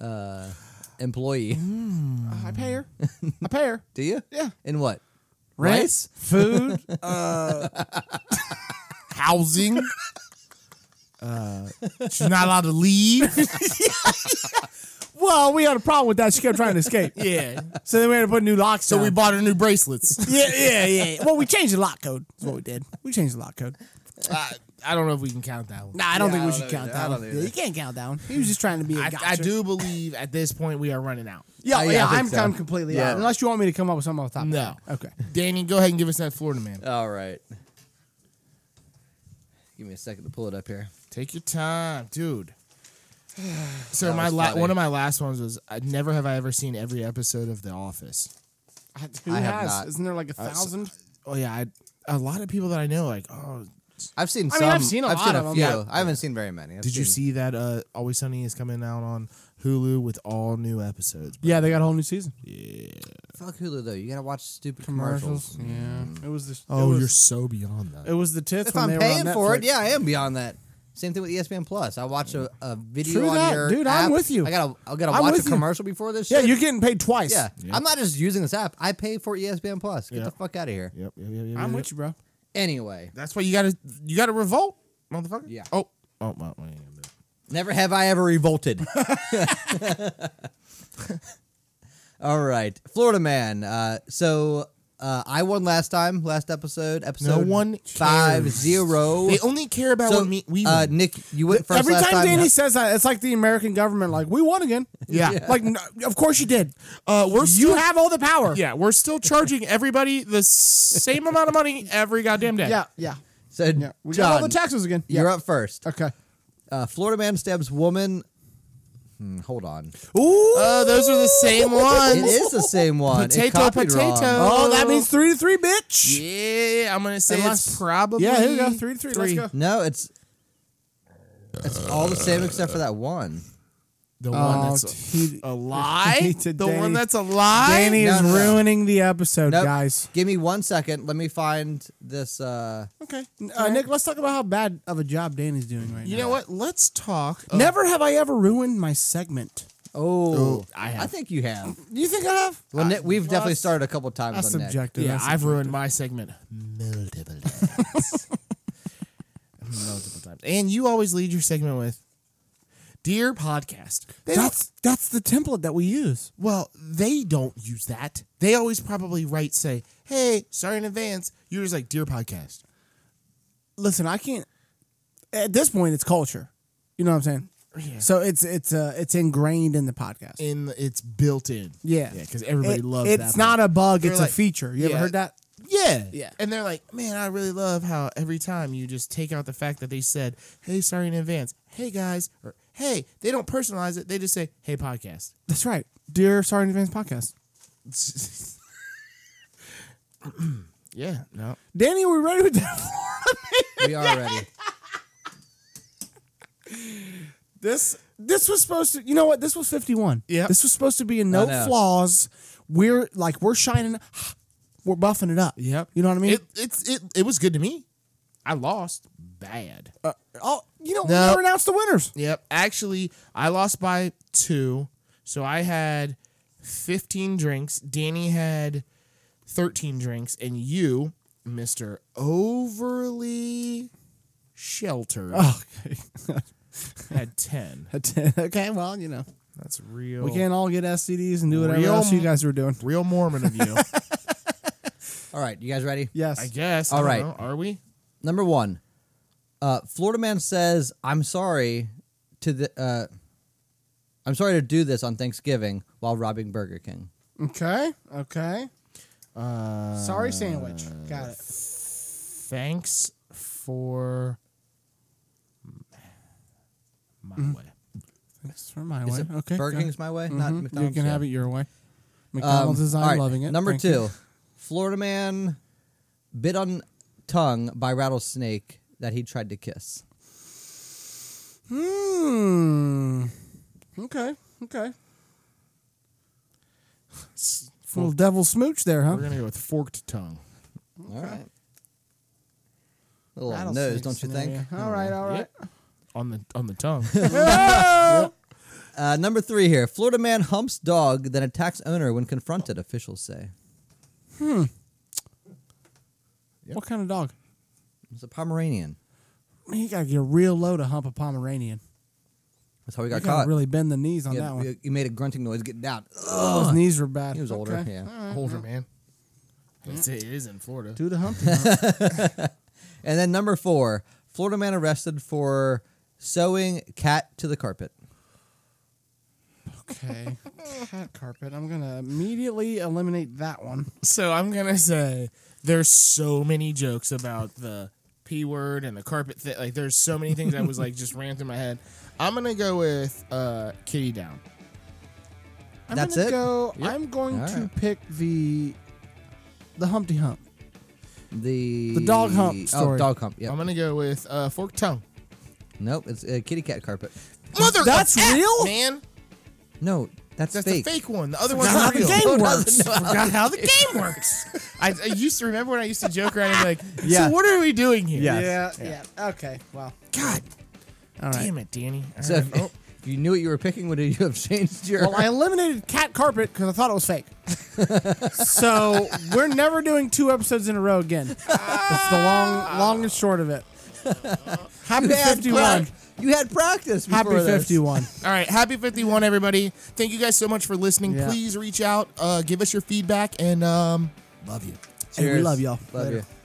Speaker 2: uh, employee.
Speaker 3: Mm-hmm. I pay her. I pay her.
Speaker 2: Do you?
Speaker 3: Yeah.
Speaker 2: In what?
Speaker 3: Rent,
Speaker 2: Rice?
Speaker 3: food,
Speaker 1: Housing. Uh, she's not allowed to leave.
Speaker 3: Well, we had a problem with that. She kept trying to escape.
Speaker 1: yeah.
Speaker 3: So then we had to put new locks.
Speaker 1: So we
Speaker 3: down.
Speaker 1: bought her new bracelets.
Speaker 3: yeah, yeah, yeah. yeah. Well, we changed the lock code. That's what we did. We changed the lock code.
Speaker 1: I, I don't know if we can count that one.
Speaker 3: Nah, I don't
Speaker 2: Yeah,
Speaker 3: think
Speaker 2: I
Speaker 3: we
Speaker 2: don't
Speaker 3: should
Speaker 2: know
Speaker 3: count
Speaker 2: either. I
Speaker 3: that
Speaker 2: don't
Speaker 3: one.
Speaker 2: either.
Speaker 3: Yeah, you can't count that one. He was just trying to be a
Speaker 1: I,
Speaker 3: gotcha.
Speaker 1: I do believe at this point we are running out.
Speaker 3: Yeah,
Speaker 2: I-
Speaker 3: yeah.
Speaker 2: Oh, yeah, I think
Speaker 3: I'm
Speaker 2: so.
Speaker 3: kind of completely
Speaker 2: Yeah.
Speaker 3: out. Unless you want me to come up with something off the top. of my
Speaker 1: No.
Speaker 3: head. Okay.
Speaker 1: Danny, go ahead and give us that Florida man.
Speaker 2: All right. Give me a second to pull it up here.
Speaker 1: Take your time, dude. So
Speaker 2: That
Speaker 1: my
Speaker 2: was
Speaker 1: la-
Speaker 2: funny.
Speaker 1: one of my last ones was I never have I ever seen every episode of The Office.
Speaker 3: Who
Speaker 2: I have
Speaker 3: has?
Speaker 2: not.
Speaker 3: Isn't there like a thousand?
Speaker 1: Oh yeah, I, a lot of people that I know like, oh,
Speaker 2: I've seen
Speaker 3: I
Speaker 2: some.
Speaker 3: mean, I've seen a lot of 'em,
Speaker 2: few.
Speaker 3: but-
Speaker 2: I haven't seen very many. I've
Speaker 1: did you
Speaker 2: seen-
Speaker 1: see that? Uh, Always Sunny is coming out on Hulu with all new episodes.
Speaker 3: Yeah, they got a whole new season.
Speaker 2: Fuck Hulu though. You gotta watch stupid commercials.
Speaker 3: Yeah. It was the.
Speaker 1: Oh,
Speaker 3: it was,
Speaker 1: you're so beyond that.
Speaker 3: It was the tits
Speaker 2: If
Speaker 3: when
Speaker 2: I'm
Speaker 3: they were
Speaker 2: paying
Speaker 3: on
Speaker 2: for
Speaker 3: Netflix.
Speaker 2: it, yeah, I am beyond that. Same thing with E ESPN Plus. I watch a, a video
Speaker 3: True
Speaker 2: on
Speaker 3: that.
Speaker 2: your
Speaker 3: Dude, I'm
Speaker 2: app.
Speaker 3: with you.
Speaker 2: I gotta I gotta
Speaker 3: I'm
Speaker 2: watch a
Speaker 3: with you.
Speaker 2: commercial before this.
Speaker 3: Yeah,
Speaker 2: shit.
Speaker 3: you're getting paid twice.
Speaker 2: Yeah. I'm not just using this app. I pay for E ESPN Plus. Get
Speaker 1: Yeah.
Speaker 2: the fuck out of here.
Speaker 1: Yep, yep, yep, yep,
Speaker 3: I'm
Speaker 1: yep.
Speaker 3: with you, bro.
Speaker 2: Anyway,
Speaker 1: That's why you gotta you gotta revolt, motherfucker.
Speaker 2: Yeah.
Speaker 1: Oh. Oh my. my- my-
Speaker 2: never have I ever revolted. All right, Florida man. Uh, so uh, I won last time, last episode,
Speaker 1: No
Speaker 2: episode
Speaker 1: one
Speaker 2: five
Speaker 1: cares.
Speaker 2: zero.
Speaker 1: They only care about
Speaker 2: so,
Speaker 1: when me, we.
Speaker 2: uh,
Speaker 1: win.
Speaker 2: Nick, you went first
Speaker 3: Every
Speaker 2: last
Speaker 3: time
Speaker 2: time.
Speaker 3: Danny says that, it's like the American government, like we won again.
Speaker 1: Yeah.
Speaker 3: like no, of course you did.
Speaker 1: uh, we're
Speaker 3: You have all the power.
Speaker 1: Yeah, we're still charging everybody the same amount of money every goddamn day.
Speaker 3: yeah, yeah.
Speaker 2: so
Speaker 3: Yeah, we
Speaker 2: John,
Speaker 3: got all the taxes again. Yeah.
Speaker 2: you're up first.
Speaker 3: Okay.
Speaker 2: Uh, Florida man stabs woman. Hmm, hold on.
Speaker 3: Ooh.
Speaker 1: Oh, those are the same ones.
Speaker 2: It is the same one. It
Speaker 1: Potato,
Speaker 2: copied wrong.
Speaker 1: potato.
Speaker 3: oh, that means three to three, bitch.
Speaker 1: Yeah, I'm gonna say
Speaker 3: Unless-
Speaker 1: it's probably.
Speaker 3: Yeah, here you go. Three to three. Let's go.
Speaker 2: No, it's it's all the same except for that one.
Speaker 1: The
Speaker 3: Oh,
Speaker 1: one that's
Speaker 3: he-
Speaker 1: a lie.
Speaker 3: He
Speaker 1: the
Speaker 3: did Danny-
Speaker 1: one that's a lie.
Speaker 3: Danny
Speaker 2: No,
Speaker 3: is
Speaker 2: no, no.
Speaker 3: ruining the episode,
Speaker 2: Nope.
Speaker 3: guys.
Speaker 2: Give me one second. Let me find this. Uh,
Speaker 3: Okay. Uh, Nick, let's talk about how bad of a job Danny's doing right now.
Speaker 1: You know what? Let's talk. of-
Speaker 3: Never have I ever ruined my segment.
Speaker 2: oh,
Speaker 1: I have.
Speaker 2: think you have.
Speaker 3: You think I have?
Speaker 2: Well, Nick, we've
Speaker 3: well,
Speaker 2: definitely
Speaker 3: that's-
Speaker 2: started a couple times
Speaker 3: That's
Speaker 2: on Nick.
Speaker 3: subjective.
Speaker 1: Yeah,
Speaker 3: That's
Speaker 1: I've
Speaker 3: subjective.
Speaker 1: ruined my segment multiple times. multiple times. And you always lead your segment with, "Dear podcast." They don't-
Speaker 3: That's that's the template that we use.
Speaker 1: Well, they don't use that. They always probably write say, "Hey, sorry in advance." You're just like, "Dear podcast."
Speaker 3: Listen, I can't. At this point, it's culture. You know what I'm saying?
Speaker 1: Yeah.
Speaker 3: So it's it's uh it's ingrained in the podcast.
Speaker 1: In it's built in.
Speaker 3: yeah,
Speaker 1: Yeah, because everybody
Speaker 3: It-
Speaker 1: loves
Speaker 3: It's
Speaker 1: that.
Speaker 3: not a bug;
Speaker 1: They're
Speaker 3: it's
Speaker 1: like-
Speaker 3: a feature. You
Speaker 1: Yeah.
Speaker 3: ever heard that?
Speaker 1: Yeah.
Speaker 3: Yeah.
Speaker 1: And they're like, man, I really love how every time you just take out the fact that they said, hey, sorry in advance, hey guys, or hey, they don't personalize it. They just say, hey, podcast.
Speaker 3: That's right. Dear Sorry in Advance podcast.
Speaker 1: yeah. No.
Speaker 3: Danny, are we ready with that?
Speaker 2: We are ready.
Speaker 3: This this was supposed to. You know what? This was 51.
Speaker 1: Yeah.
Speaker 3: This was supposed to be a no
Speaker 2: know.
Speaker 3: flaws. We're like we're shining. We're buffing it up.
Speaker 1: Yep.
Speaker 3: You know what I mean?
Speaker 1: It, it's, it, it was good to me. I lost bad.
Speaker 3: uh, oh, you know,
Speaker 1: No.
Speaker 3: we never announced the winners.
Speaker 1: Yep. Actually, I lost by two. So I had 15 drinks. Danny had 13 drinks. And you, Mr. Overly Sheltered,
Speaker 3: Oh. okay.
Speaker 1: had 10.
Speaker 3: okay. Well, you know,
Speaker 1: That's real.
Speaker 3: we can't all get STDs and do whatever
Speaker 1: Real
Speaker 3: else you
Speaker 1: m-
Speaker 3: guys were doing.
Speaker 1: Real Mormon of you.
Speaker 2: All right, you guys ready?
Speaker 3: Yes.
Speaker 1: I guess.
Speaker 2: All
Speaker 1: All
Speaker 2: right.
Speaker 1: right. Are we?
Speaker 2: Number one, uh, Florida man says, "I'm sorry to the, uh, I'm sorry to do this on Thanksgiving while robbing Burger King."
Speaker 3: Okay. Okay. Uh, Sorry, sandwich. Got it.
Speaker 1: Thanks for my way.
Speaker 3: That's for my
Speaker 2: Is
Speaker 3: way.
Speaker 2: it
Speaker 3: Okay.
Speaker 2: Burger
Speaker 3: got it.
Speaker 2: King's my way, not
Speaker 3: Mhm.
Speaker 2: McDonald's.
Speaker 3: You can
Speaker 2: yeah.
Speaker 3: have it your way.
Speaker 2: Um,
Speaker 3: McDonald's is I'm
Speaker 2: all right,
Speaker 3: loving it.
Speaker 2: Number
Speaker 3: Thank
Speaker 2: two,
Speaker 3: you.
Speaker 2: Florida man bit on tongue by rattlesnake that he tried to kiss.
Speaker 3: Hmm. Okay. Okay.
Speaker 1: S-
Speaker 3: Little devil smooch there, huh?
Speaker 1: We're gonna go with forked tongue.
Speaker 2: All right. Little on the
Speaker 3: Rattlesnake
Speaker 2: nose, don't you think?
Speaker 3: scenario. All right, all right.
Speaker 1: Yep. On the on the tongue.
Speaker 2: Uh, number three here. Florida man humps dog, then attacks owner when confronted, officials say.
Speaker 3: What kind of dog?
Speaker 2: It's a Pomeranian.
Speaker 3: Man, you gotta get real low to hump a Pomeranian.
Speaker 2: That's how he
Speaker 3: You
Speaker 2: got
Speaker 3: gotta
Speaker 2: caught.
Speaker 3: really bend the knees on
Speaker 2: he, had-
Speaker 3: that one.
Speaker 2: he made a grunting noise getting down.
Speaker 3: oh, his knees were bad.
Speaker 2: He was older,
Speaker 3: Okay.
Speaker 2: yeah.
Speaker 1: Older man. It's, it is in Florida.
Speaker 3: Do the humping. hump.
Speaker 2: And then number four, Florida man arrested for sewing cat to the carpet.
Speaker 3: okay. Cat carpet. I'm gonna immediately eliminate that one.
Speaker 1: So I'm gonna say there's so many jokes about the p word and the carpet thing. Like there's so many things that was like just ran through my head. I'm gonna go with uh, Kitty Down.
Speaker 3: I'm
Speaker 2: That's
Speaker 3: gonna
Speaker 2: it?
Speaker 3: Go, I'm going
Speaker 2: All
Speaker 3: to
Speaker 2: right.
Speaker 3: pick the the Humpty Hump.
Speaker 2: The
Speaker 3: The dog hump
Speaker 2: Oh,
Speaker 3: story.
Speaker 2: dog hump. Yeah.
Speaker 1: I'm gonna go with uh, Forked Tongue.
Speaker 2: Nope, it's a kitty cat carpet.
Speaker 1: Mother, of
Speaker 3: That's
Speaker 1: F,
Speaker 3: real?
Speaker 1: man.
Speaker 2: No, that's,
Speaker 1: That's
Speaker 2: fake.
Speaker 1: the fake one. The other one's
Speaker 3: Forgot how
Speaker 1: real.
Speaker 3: the game
Speaker 2: Hold on,
Speaker 3: works.
Speaker 2: no.
Speaker 3: Forgot how the
Speaker 1: game works. I, I used to remember when I used to joke around and be like,
Speaker 2: Yeah.
Speaker 1: "So what are we doing here?"
Speaker 2: Yeah.
Speaker 3: Yeah, yeah. Okay. Wow.
Speaker 1: God
Speaker 3: All right.
Speaker 1: damn it, Danny. All
Speaker 2: So
Speaker 1: right.
Speaker 2: if,
Speaker 1: Oh,
Speaker 2: if you knew what you were picking, would you have changed your?
Speaker 3: Well, I eliminated cat carpet because I thought it was fake. so we're never doing two episodes in a row again. That's the long, long and short of it. Happy
Speaker 2: you, had
Speaker 3: 51.
Speaker 2: prac- you had practice.
Speaker 3: Happy
Speaker 2: before this.
Speaker 3: 51.
Speaker 1: All right, happy 51, everybody. Thank you guys so much for listening.
Speaker 3: Yeah.
Speaker 1: Please reach out, uh, give us your feedback, and um, love you.
Speaker 3: Hey, we
Speaker 2: Cheers.
Speaker 3: love y'all.
Speaker 2: Love
Speaker 3: Later.
Speaker 2: you.